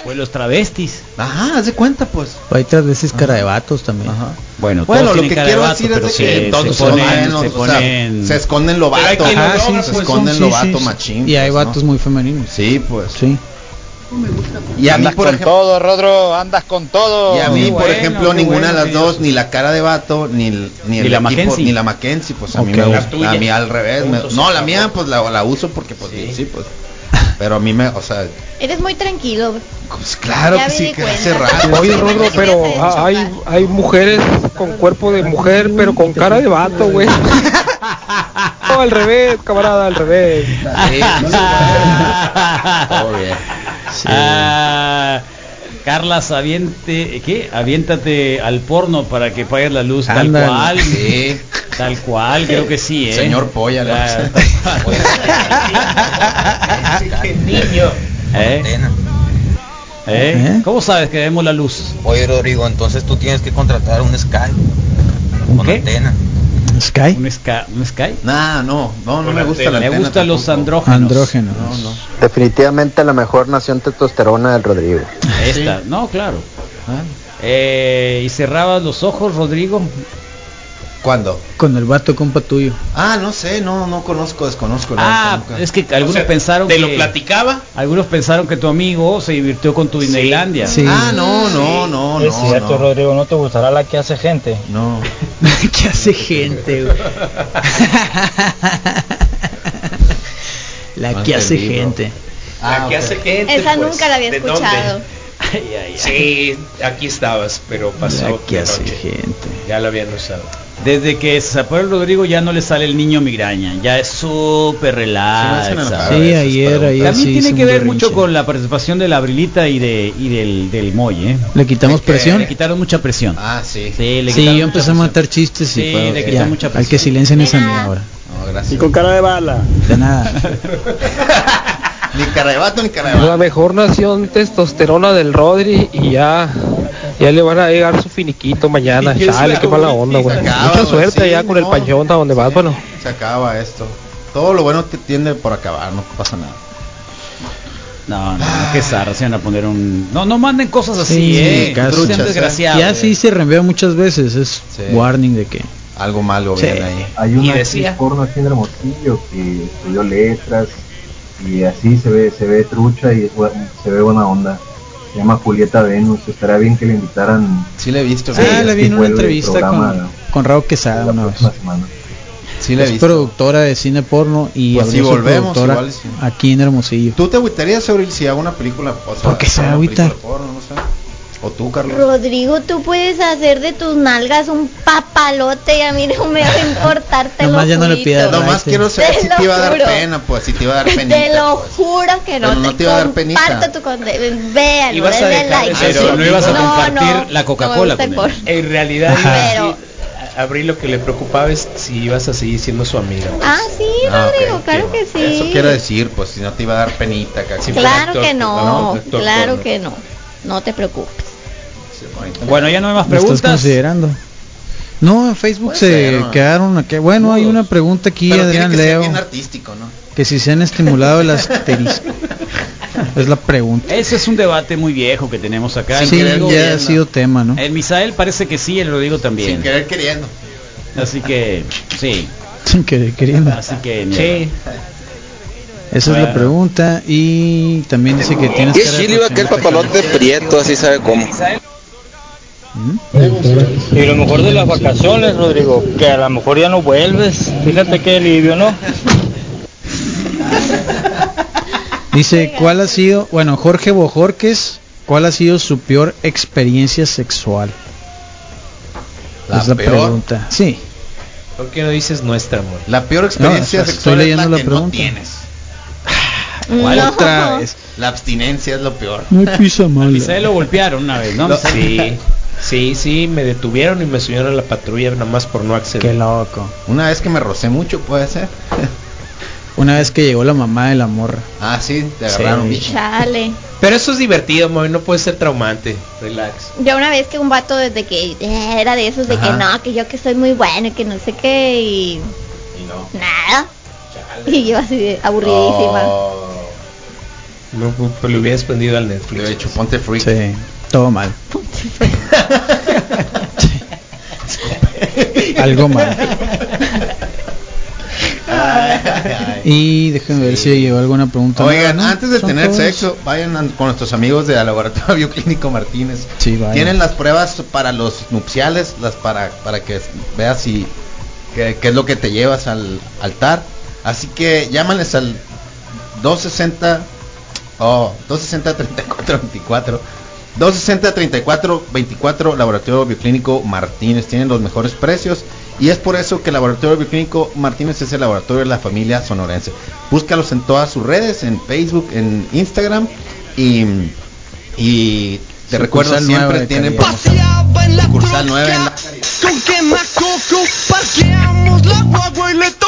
Speaker 2: Pues los travestis.
Speaker 3: Ajá, haz de cuenta, pues.
Speaker 6: Hay otras veces cara de vatos también.
Speaker 2: Bueno,
Speaker 3: Bueno,
Speaker 2: todos
Speaker 3: lo
Speaker 2: tienen
Speaker 3: que
Speaker 2: cara de
Speaker 3: quiero
Speaker 2: vato,
Speaker 3: decir es
Speaker 2: pero
Speaker 3: de
Speaker 2: se-
Speaker 3: que entonces
Speaker 2: se
Speaker 3: no
Speaker 2: ponen,
Speaker 3: mames, o
Speaker 2: se
Speaker 3: sea,
Speaker 2: ponen-
Speaker 3: se esconden lo
Speaker 7: Pero hay
Speaker 3: vato,
Speaker 6: Ah,
Speaker 7: quien lo
Speaker 3: ajá,
Speaker 7: logra,
Speaker 3: se
Speaker 7: pues,
Speaker 3: esconden
Speaker 7: sí,
Speaker 3: lo
Speaker 7: sí,
Speaker 3: vato
Speaker 7: sí.
Speaker 3: machín.
Speaker 6: Y hay
Speaker 3: pues, ¿no?
Speaker 6: vatos muy femeninos.
Speaker 3: Sí, pues.
Speaker 6: Sí.
Speaker 3: Y a mí,
Speaker 15: andas
Speaker 3: por
Speaker 15: con
Speaker 3: ejemplo,
Speaker 15: todo, Rodro, andas con todo.
Speaker 3: y a mí,
Speaker 15: Muy
Speaker 3: por
Speaker 15: bueno,
Speaker 3: ejemplo,
Speaker 15: muy
Speaker 3: ninguna de
Speaker 15: bueno,
Speaker 3: las
Speaker 15: querido.
Speaker 3: dos, ni la cara de vato, ni, el- ni,
Speaker 2: Ni
Speaker 3: el
Speaker 2: la
Speaker 3: equipo,
Speaker 2: Mackenzie.
Speaker 3: ni la Mackenzie, pues a mí
Speaker 2: Ok.
Speaker 3: me
Speaker 2: La
Speaker 3: gusta,
Speaker 2: tuya.
Speaker 3: a mí al revés, me-
Speaker 2: Punto,
Speaker 3: no,
Speaker 2: se
Speaker 3: la
Speaker 2: acabó.
Speaker 3: mía pues la, la uso porque pues sí. pues. Pero a mí me, o sea,
Speaker 4: Eres muy tranquilo.
Speaker 3: pues claro
Speaker 4: Ya
Speaker 3: que
Speaker 4: me
Speaker 3: sí
Speaker 4: di
Speaker 3: que
Speaker 4: cuenta.
Speaker 3: hace rato.
Speaker 12: Oye, Rodro, pero ah, hay, hay mujeres con cuerpo de mujer, pero con cara de vato, güey. No, al revés, camarada, al revés.
Speaker 2: Ah, Carla, aviente, ¿qué? Aviéntate al porno para que pagues la luz tal
Speaker 6: Ándale.
Speaker 2: cual.
Speaker 3: Sí.
Speaker 2: Tal cual, creo que sí, ¿eh?
Speaker 3: Señor polla, le
Speaker 2: Ah,
Speaker 7: Niño.
Speaker 2: ¿eh? ¿Eh? ¿Cómo sabes que vemos la luz?
Speaker 16: Oye, Rodrigo, entonces tú tienes que contratar un Skype con
Speaker 2: qué?
Speaker 16: antena.
Speaker 6: Sky.
Speaker 2: ¿Un, ska- un Sky?
Speaker 3: Nah, no, no, no
Speaker 2: Con
Speaker 3: me
Speaker 2: la
Speaker 3: gusta
Speaker 2: tele.
Speaker 3: la
Speaker 2: Me
Speaker 3: antena
Speaker 2: gustan los
Speaker 3: tampoco.
Speaker 2: andrógenos.
Speaker 6: Andrógenos.
Speaker 3: No, no.
Speaker 14: Definitivamente la mejor nación testosterona del Rodrigo.
Speaker 2: Esta, no, claro.
Speaker 7: Ah.
Speaker 2: Eh, y cerrabas los ojos, Rodrigo.
Speaker 3: ¿Cuándo?
Speaker 6: Con el vato compa tuyo.
Speaker 3: Ah, no sé, no, no conozco, desconozco. la
Speaker 2: Ah,
Speaker 3: neta, nunca.
Speaker 2: es que algunos pensaron
Speaker 7: ¿Te
Speaker 2: que
Speaker 7: lo platicaba?
Speaker 2: algunos pensaron que tu amigo se divirtió con tu Disneylandia.
Speaker 6: Sí.
Speaker 3: Ah, no, no, no, no.
Speaker 10: es cierto,
Speaker 3: no.
Speaker 10: Rodrigo, ¿no te gustará la que hace gente?
Speaker 3: No.
Speaker 6: ¿Qué hace gente, güey? La
Speaker 3: No
Speaker 6: que hace
Speaker 3: entendí, bro.
Speaker 6: gente.
Speaker 7: La
Speaker 3: Ah,
Speaker 7: que
Speaker 3: ok.
Speaker 7: hace gente,
Speaker 4: Esa
Speaker 7: pues,
Speaker 4: nunca la había
Speaker 7: ¿de dónde?
Speaker 4: escuchado.
Speaker 2: Ay, ay, ay.
Speaker 7: Sí, aquí estabas, pero pasó.
Speaker 6: La que
Speaker 7: de
Speaker 6: hace
Speaker 7: noche.
Speaker 6: gente.
Speaker 7: Ya lo habían usado.
Speaker 2: Desde que se separó el Rodrigo ya no le sale el niño migraña, ya es súper
Speaker 3: Se me hacen
Speaker 2: relax.
Speaker 3: enojar.
Speaker 6: Sí,
Speaker 3: esas
Speaker 6: ayer,
Speaker 3: preguntas.
Speaker 6: ayer.
Speaker 2: También
Speaker 6: sí hice
Speaker 2: tiene que
Speaker 6: un
Speaker 2: ver
Speaker 6: berrinche.
Speaker 2: mucho con la participación de la Brilita y de y del del Moy, ¿eh?
Speaker 6: ¿Le quitamos
Speaker 3: Es que-
Speaker 6: presión?
Speaker 2: Le quitaron mucha presión.
Speaker 3: Ah, sí.
Speaker 2: Sí, le
Speaker 6: Sí,
Speaker 2: quitaron mucha
Speaker 6: yo empecé a
Speaker 2: presión.
Speaker 6: matar chistes y
Speaker 2: Sí,
Speaker 6: fue-
Speaker 2: le quitó
Speaker 6: ya,
Speaker 2: mucha
Speaker 6: Al que
Speaker 2: presión.
Speaker 6: silencien esa mía ahora.
Speaker 3: No, gracias.
Speaker 10: Y con cara de bala.
Speaker 6: De nada.
Speaker 3: Ni carabato ni carabato.
Speaker 12: La mejor nación testosterona del Rodri y ya. Ya le van a llegar su finiquito mañana.
Speaker 3: Y eso
Speaker 12: Chale,
Speaker 3: era
Speaker 12: qué mala
Speaker 3: un-
Speaker 12: onda,
Speaker 3: y se
Speaker 12: güey.
Speaker 3: acaba,
Speaker 12: Mucha
Speaker 3: güey,
Speaker 12: suerte
Speaker 3: sí,
Speaker 12: ya con el
Speaker 3: no.
Speaker 12: panchón a donde vas, bueno.
Speaker 3: Se acaba esto. Todo lo bueno que tiene por acabar, no pasa nada.
Speaker 2: No, no, no, qué zarra, se van a poner un No, no manden cosas así,
Speaker 6: Sí,
Speaker 2: eh.
Speaker 6: casi.
Speaker 2: No sean
Speaker 3: Truchas, eh.
Speaker 2: desgraciados.
Speaker 6: Ya sí se reenvía muchas veces, es
Speaker 3: Sí.
Speaker 6: warning de que.
Speaker 3: Algo malo
Speaker 6: Sí.
Speaker 3: viene ahí.
Speaker 17: Hay
Speaker 7: Y
Speaker 17: una
Speaker 7: decía-
Speaker 17: actriz porno aquí en Hermosillo que estudió letras y así se ve, se ve trucha y es buen- se ve buena onda. Se llama Julieta Venus, estará bien que le invitaran
Speaker 3: Sí le he visto.
Speaker 17: Sí,
Speaker 6: ah, la vi en una
Speaker 17: fue el
Speaker 6: entrevista
Speaker 17: programa,
Speaker 6: con,
Speaker 17: ¿no?
Speaker 6: con Raúl Quesada
Speaker 17: la
Speaker 6: una vez.
Speaker 17: próxima semana.
Speaker 3: Sí le he
Speaker 6: Es
Speaker 3: visto.
Speaker 6: productora de cine porno y
Speaker 3: Pues
Speaker 6: abrió
Speaker 3: si
Speaker 6: su
Speaker 3: volvemos,
Speaker 6: productora
Speaker 3: igual sí.
Speaker 6: aquí en Hermosillo.
Speaker 3: ¿Tú te agüitarías Abril, si hago una película? O sea,
Speaker 6: ¿Por qué se
Speaker 3: una
Speaker 6: agüita?
Speaker 3: película porno, no sé. O tú, Carlos.
Speaker 4: Rodrigo, tú puedes hacer de tus nalgas un papalote y a mí no me va a importar, te
Speaker 6: Nomás
Speaker 4: lo
Speaker 6: ya no le
Speaker 4: juro.
Speaker 6: pidas
Speaker 3: No más
Speaker 6: Ay, sí.
Speaker 3: quiero saber
Speaker 4: Te
Speaker 3: si
Speaker 4: lo
Speaker 3: te iba a dar
Speaker 4: juro.
Speaker 3: pena, pues si te iba a dar penita.
Speaker 4: Te lo
Speaker 3: pues.
Speaker 4: juro que no,
Speaker 3: Pero no te iba a dar penita.
Speaker 4: comparto tu contenido. Véanlo,
Speaker 7: Ibas a
Speaker 4: denle
Speaker 7: dejar de
Speaker 4: like.
Speaker 7: ser
Speaker 2: Pero no ibas a
Speaker 4: No,
Speaker 2: compartir
Speaker 4: no,
Speaker 2: la Coca-Cola
Speaker 4: no me gusta el
Speaker 2: con él.
Speaker 4: porno.
Speaker 7: En realidad,
Speaker 4: Ajá.
Speaker 7: iba a decir- a- Abril lo que le preocupaba es si ibas a seguir siendo su amiga. pues.
Speaker 4: Ah, sí,
Speaker 3: Ah, ok,
Speaker 4: Rodrigo, claro
Speaker 3: quiero-
Speaker 4: que sí.
Speaker 3: Eso quiero decir, pues si no te iba a dar penita. acá.
Speaker 7: Sí,
Speaker 4: Claro
Speaker 7: actor,
Speaker 4: que no,
Speaker 7: ¿no? Actor
Speaker 4: claro
Speaker 7: porno.
Speaker 4: que no. No te preocupes.
Speaker 2: Eh, Bueno, ya no hay más
Speaker 6: ¿Me estás
Speaker 2: preguntas.
Speaker 6: considerando? No, en Facebook
Speaker 3: Puede
Speaker 6: se
Speaker 3: ser, ¿no?
Speaker 6: quedaron aquí. Bueno, hay una pregunta aquí,
Speaker 3: Pero tiene
Speaker 6: Adrián
Speaker 3: que ser
Speaker 6: Leo,
Speaker 3: bien artístico, ¿no?
Speaker 6: que si se han estimulado el asterisco. es la pregunta.
Speaker 2: Ese es un debate muy viejo que tenemos acá.
Speaker 6: sí,
Speaker 2: El
Speaker 6: ya
Speaker 2: Rodrigo-
Speaker 6: ha sido tema, ¿no?
Speaker 2: El Misael parece que sí, el Rodrigo
Speaker 3: Sin
Speaker 2: también.
Speaker 3: querer queriendo.
Speaker 2: Así que, sí.
Speaker 6: Sin querer queriendo.
Speaker 3: Ah,
Speaker 2: Así que,
Speaker 7: Sí.
Speaker 6: Esa es la
Speaker 2: Bueno.
Speaker 6: pregunta y también dice que tienes
Speaker 16: ¿Qué
Speaker 6: cara de
Speaker 16: chile iba aquel
Speaker 6: persona
Speaker 16: papalote prieto, así sabe cómo?
Speaker 10: Y lo mejor de las vacaciones, Rodrigo, que a lo mejor ya no vuelves. Fíjate qué alivio, ¿no?
Speaker 6: que- Dice, ¿cuál ha sido, bueno, Jorge Bojorques, cuál ha sido su peor experiencia sexual?
Speaker 3: La
Speaker 6: es la
Speaker 3: peor.
Speaker 6: pregunta. Sí.
Speaker 7: ¿Por qué no dices nuestra, amor?
Speaker 3: La peor experiencia
Speaker 6: o sea,
Speaker 3: sexual
Speaker 6: estoy
Speaker 3: es la,
Speaker 6: leyendo la
Speaker 3: que no
Speaker 6: pregunta.
Speaker 3: tienes.
Speaker 4: No.
Speaker 6: Otra vez.
Speaker 3: La abstinencia es lo peor.
Speaker 6: Me pisa
Speaker 2: Al
Speaker 6: mal.
Speaker 2: Misael lo golpearon una vez, ¿no?
Speaker 3: No.
Speaker 2: Misael?
Speaker 7: Sí. Sí, sí, me detuvieron y me subieron a la patrulla nada más por no acceder.
Speaker 6: Qué loco.
Speaker 3: Una vez que me rocé mucho, puede ser.
Speaker 6: Una vez que llegó la mamá de la morra.
Speaker 3: Ah, sí, te agarraron.
Speaker 7: Sí.
Speaker 4: Chale.
Speaker 7: Pero eso es divertido, Moy, no puede ser traumante. Relax.
Speaker 4: Yo una vez que un vato desde que eh, era de esos de
Speaker 7: Ajá.
Speaker 4: que no, que yo que soy muy bueno y que no sé qué y
Speaker 7: no.
Speaker 4: nada. Y yo así de aburridísima.
Speaker 3: Oh.
Speaker 7: Oh. No, pues le hubieras prendido al Netflix.
Speaker 3: De hecho, ponte freak.
Speaker 6: Sí, todo mal. Algo mal. Y déjenme ver si llegó alguna pregunta.
Speaker 3: Oigan,
Speaker 6: No, no,
Speaker 3: antes de
Speaker 6: son
Speaker 3: tener
Speaker 6: todos.
Speaker 3: sexo, vayan a- con nuestros amigos del Laboratorio Clínico Martínez.
Speaker 6: Sí, vaya.
Speaker 3: Tienen las pruebas para los nupciales, las para, para que veas si qué qué es lo que te llevas al altar. Así que llámales al 260 oh, 260 34 24 260 34 24 Laboratorio Bioclínico Martínez tienen los mejores precios y es por eso que el Laboratorio Bioclínico Martínez es el laboratorio de la familia sonorense. Búscalos en todas sus redes, en Facebook, en Instagram y, y te
Speaker 6: Sucursal
Speaker 3: recuerdo
Speaker 6: nueva
Speaker 3: siempre
Speaker 6: de
Speaker 3: tienen
Speaker 6: Caridad.
Speaker 3: promoción. Sucursal 9 en la-
Speaker 1: Con quema coco, parqueamos la guagua y le to-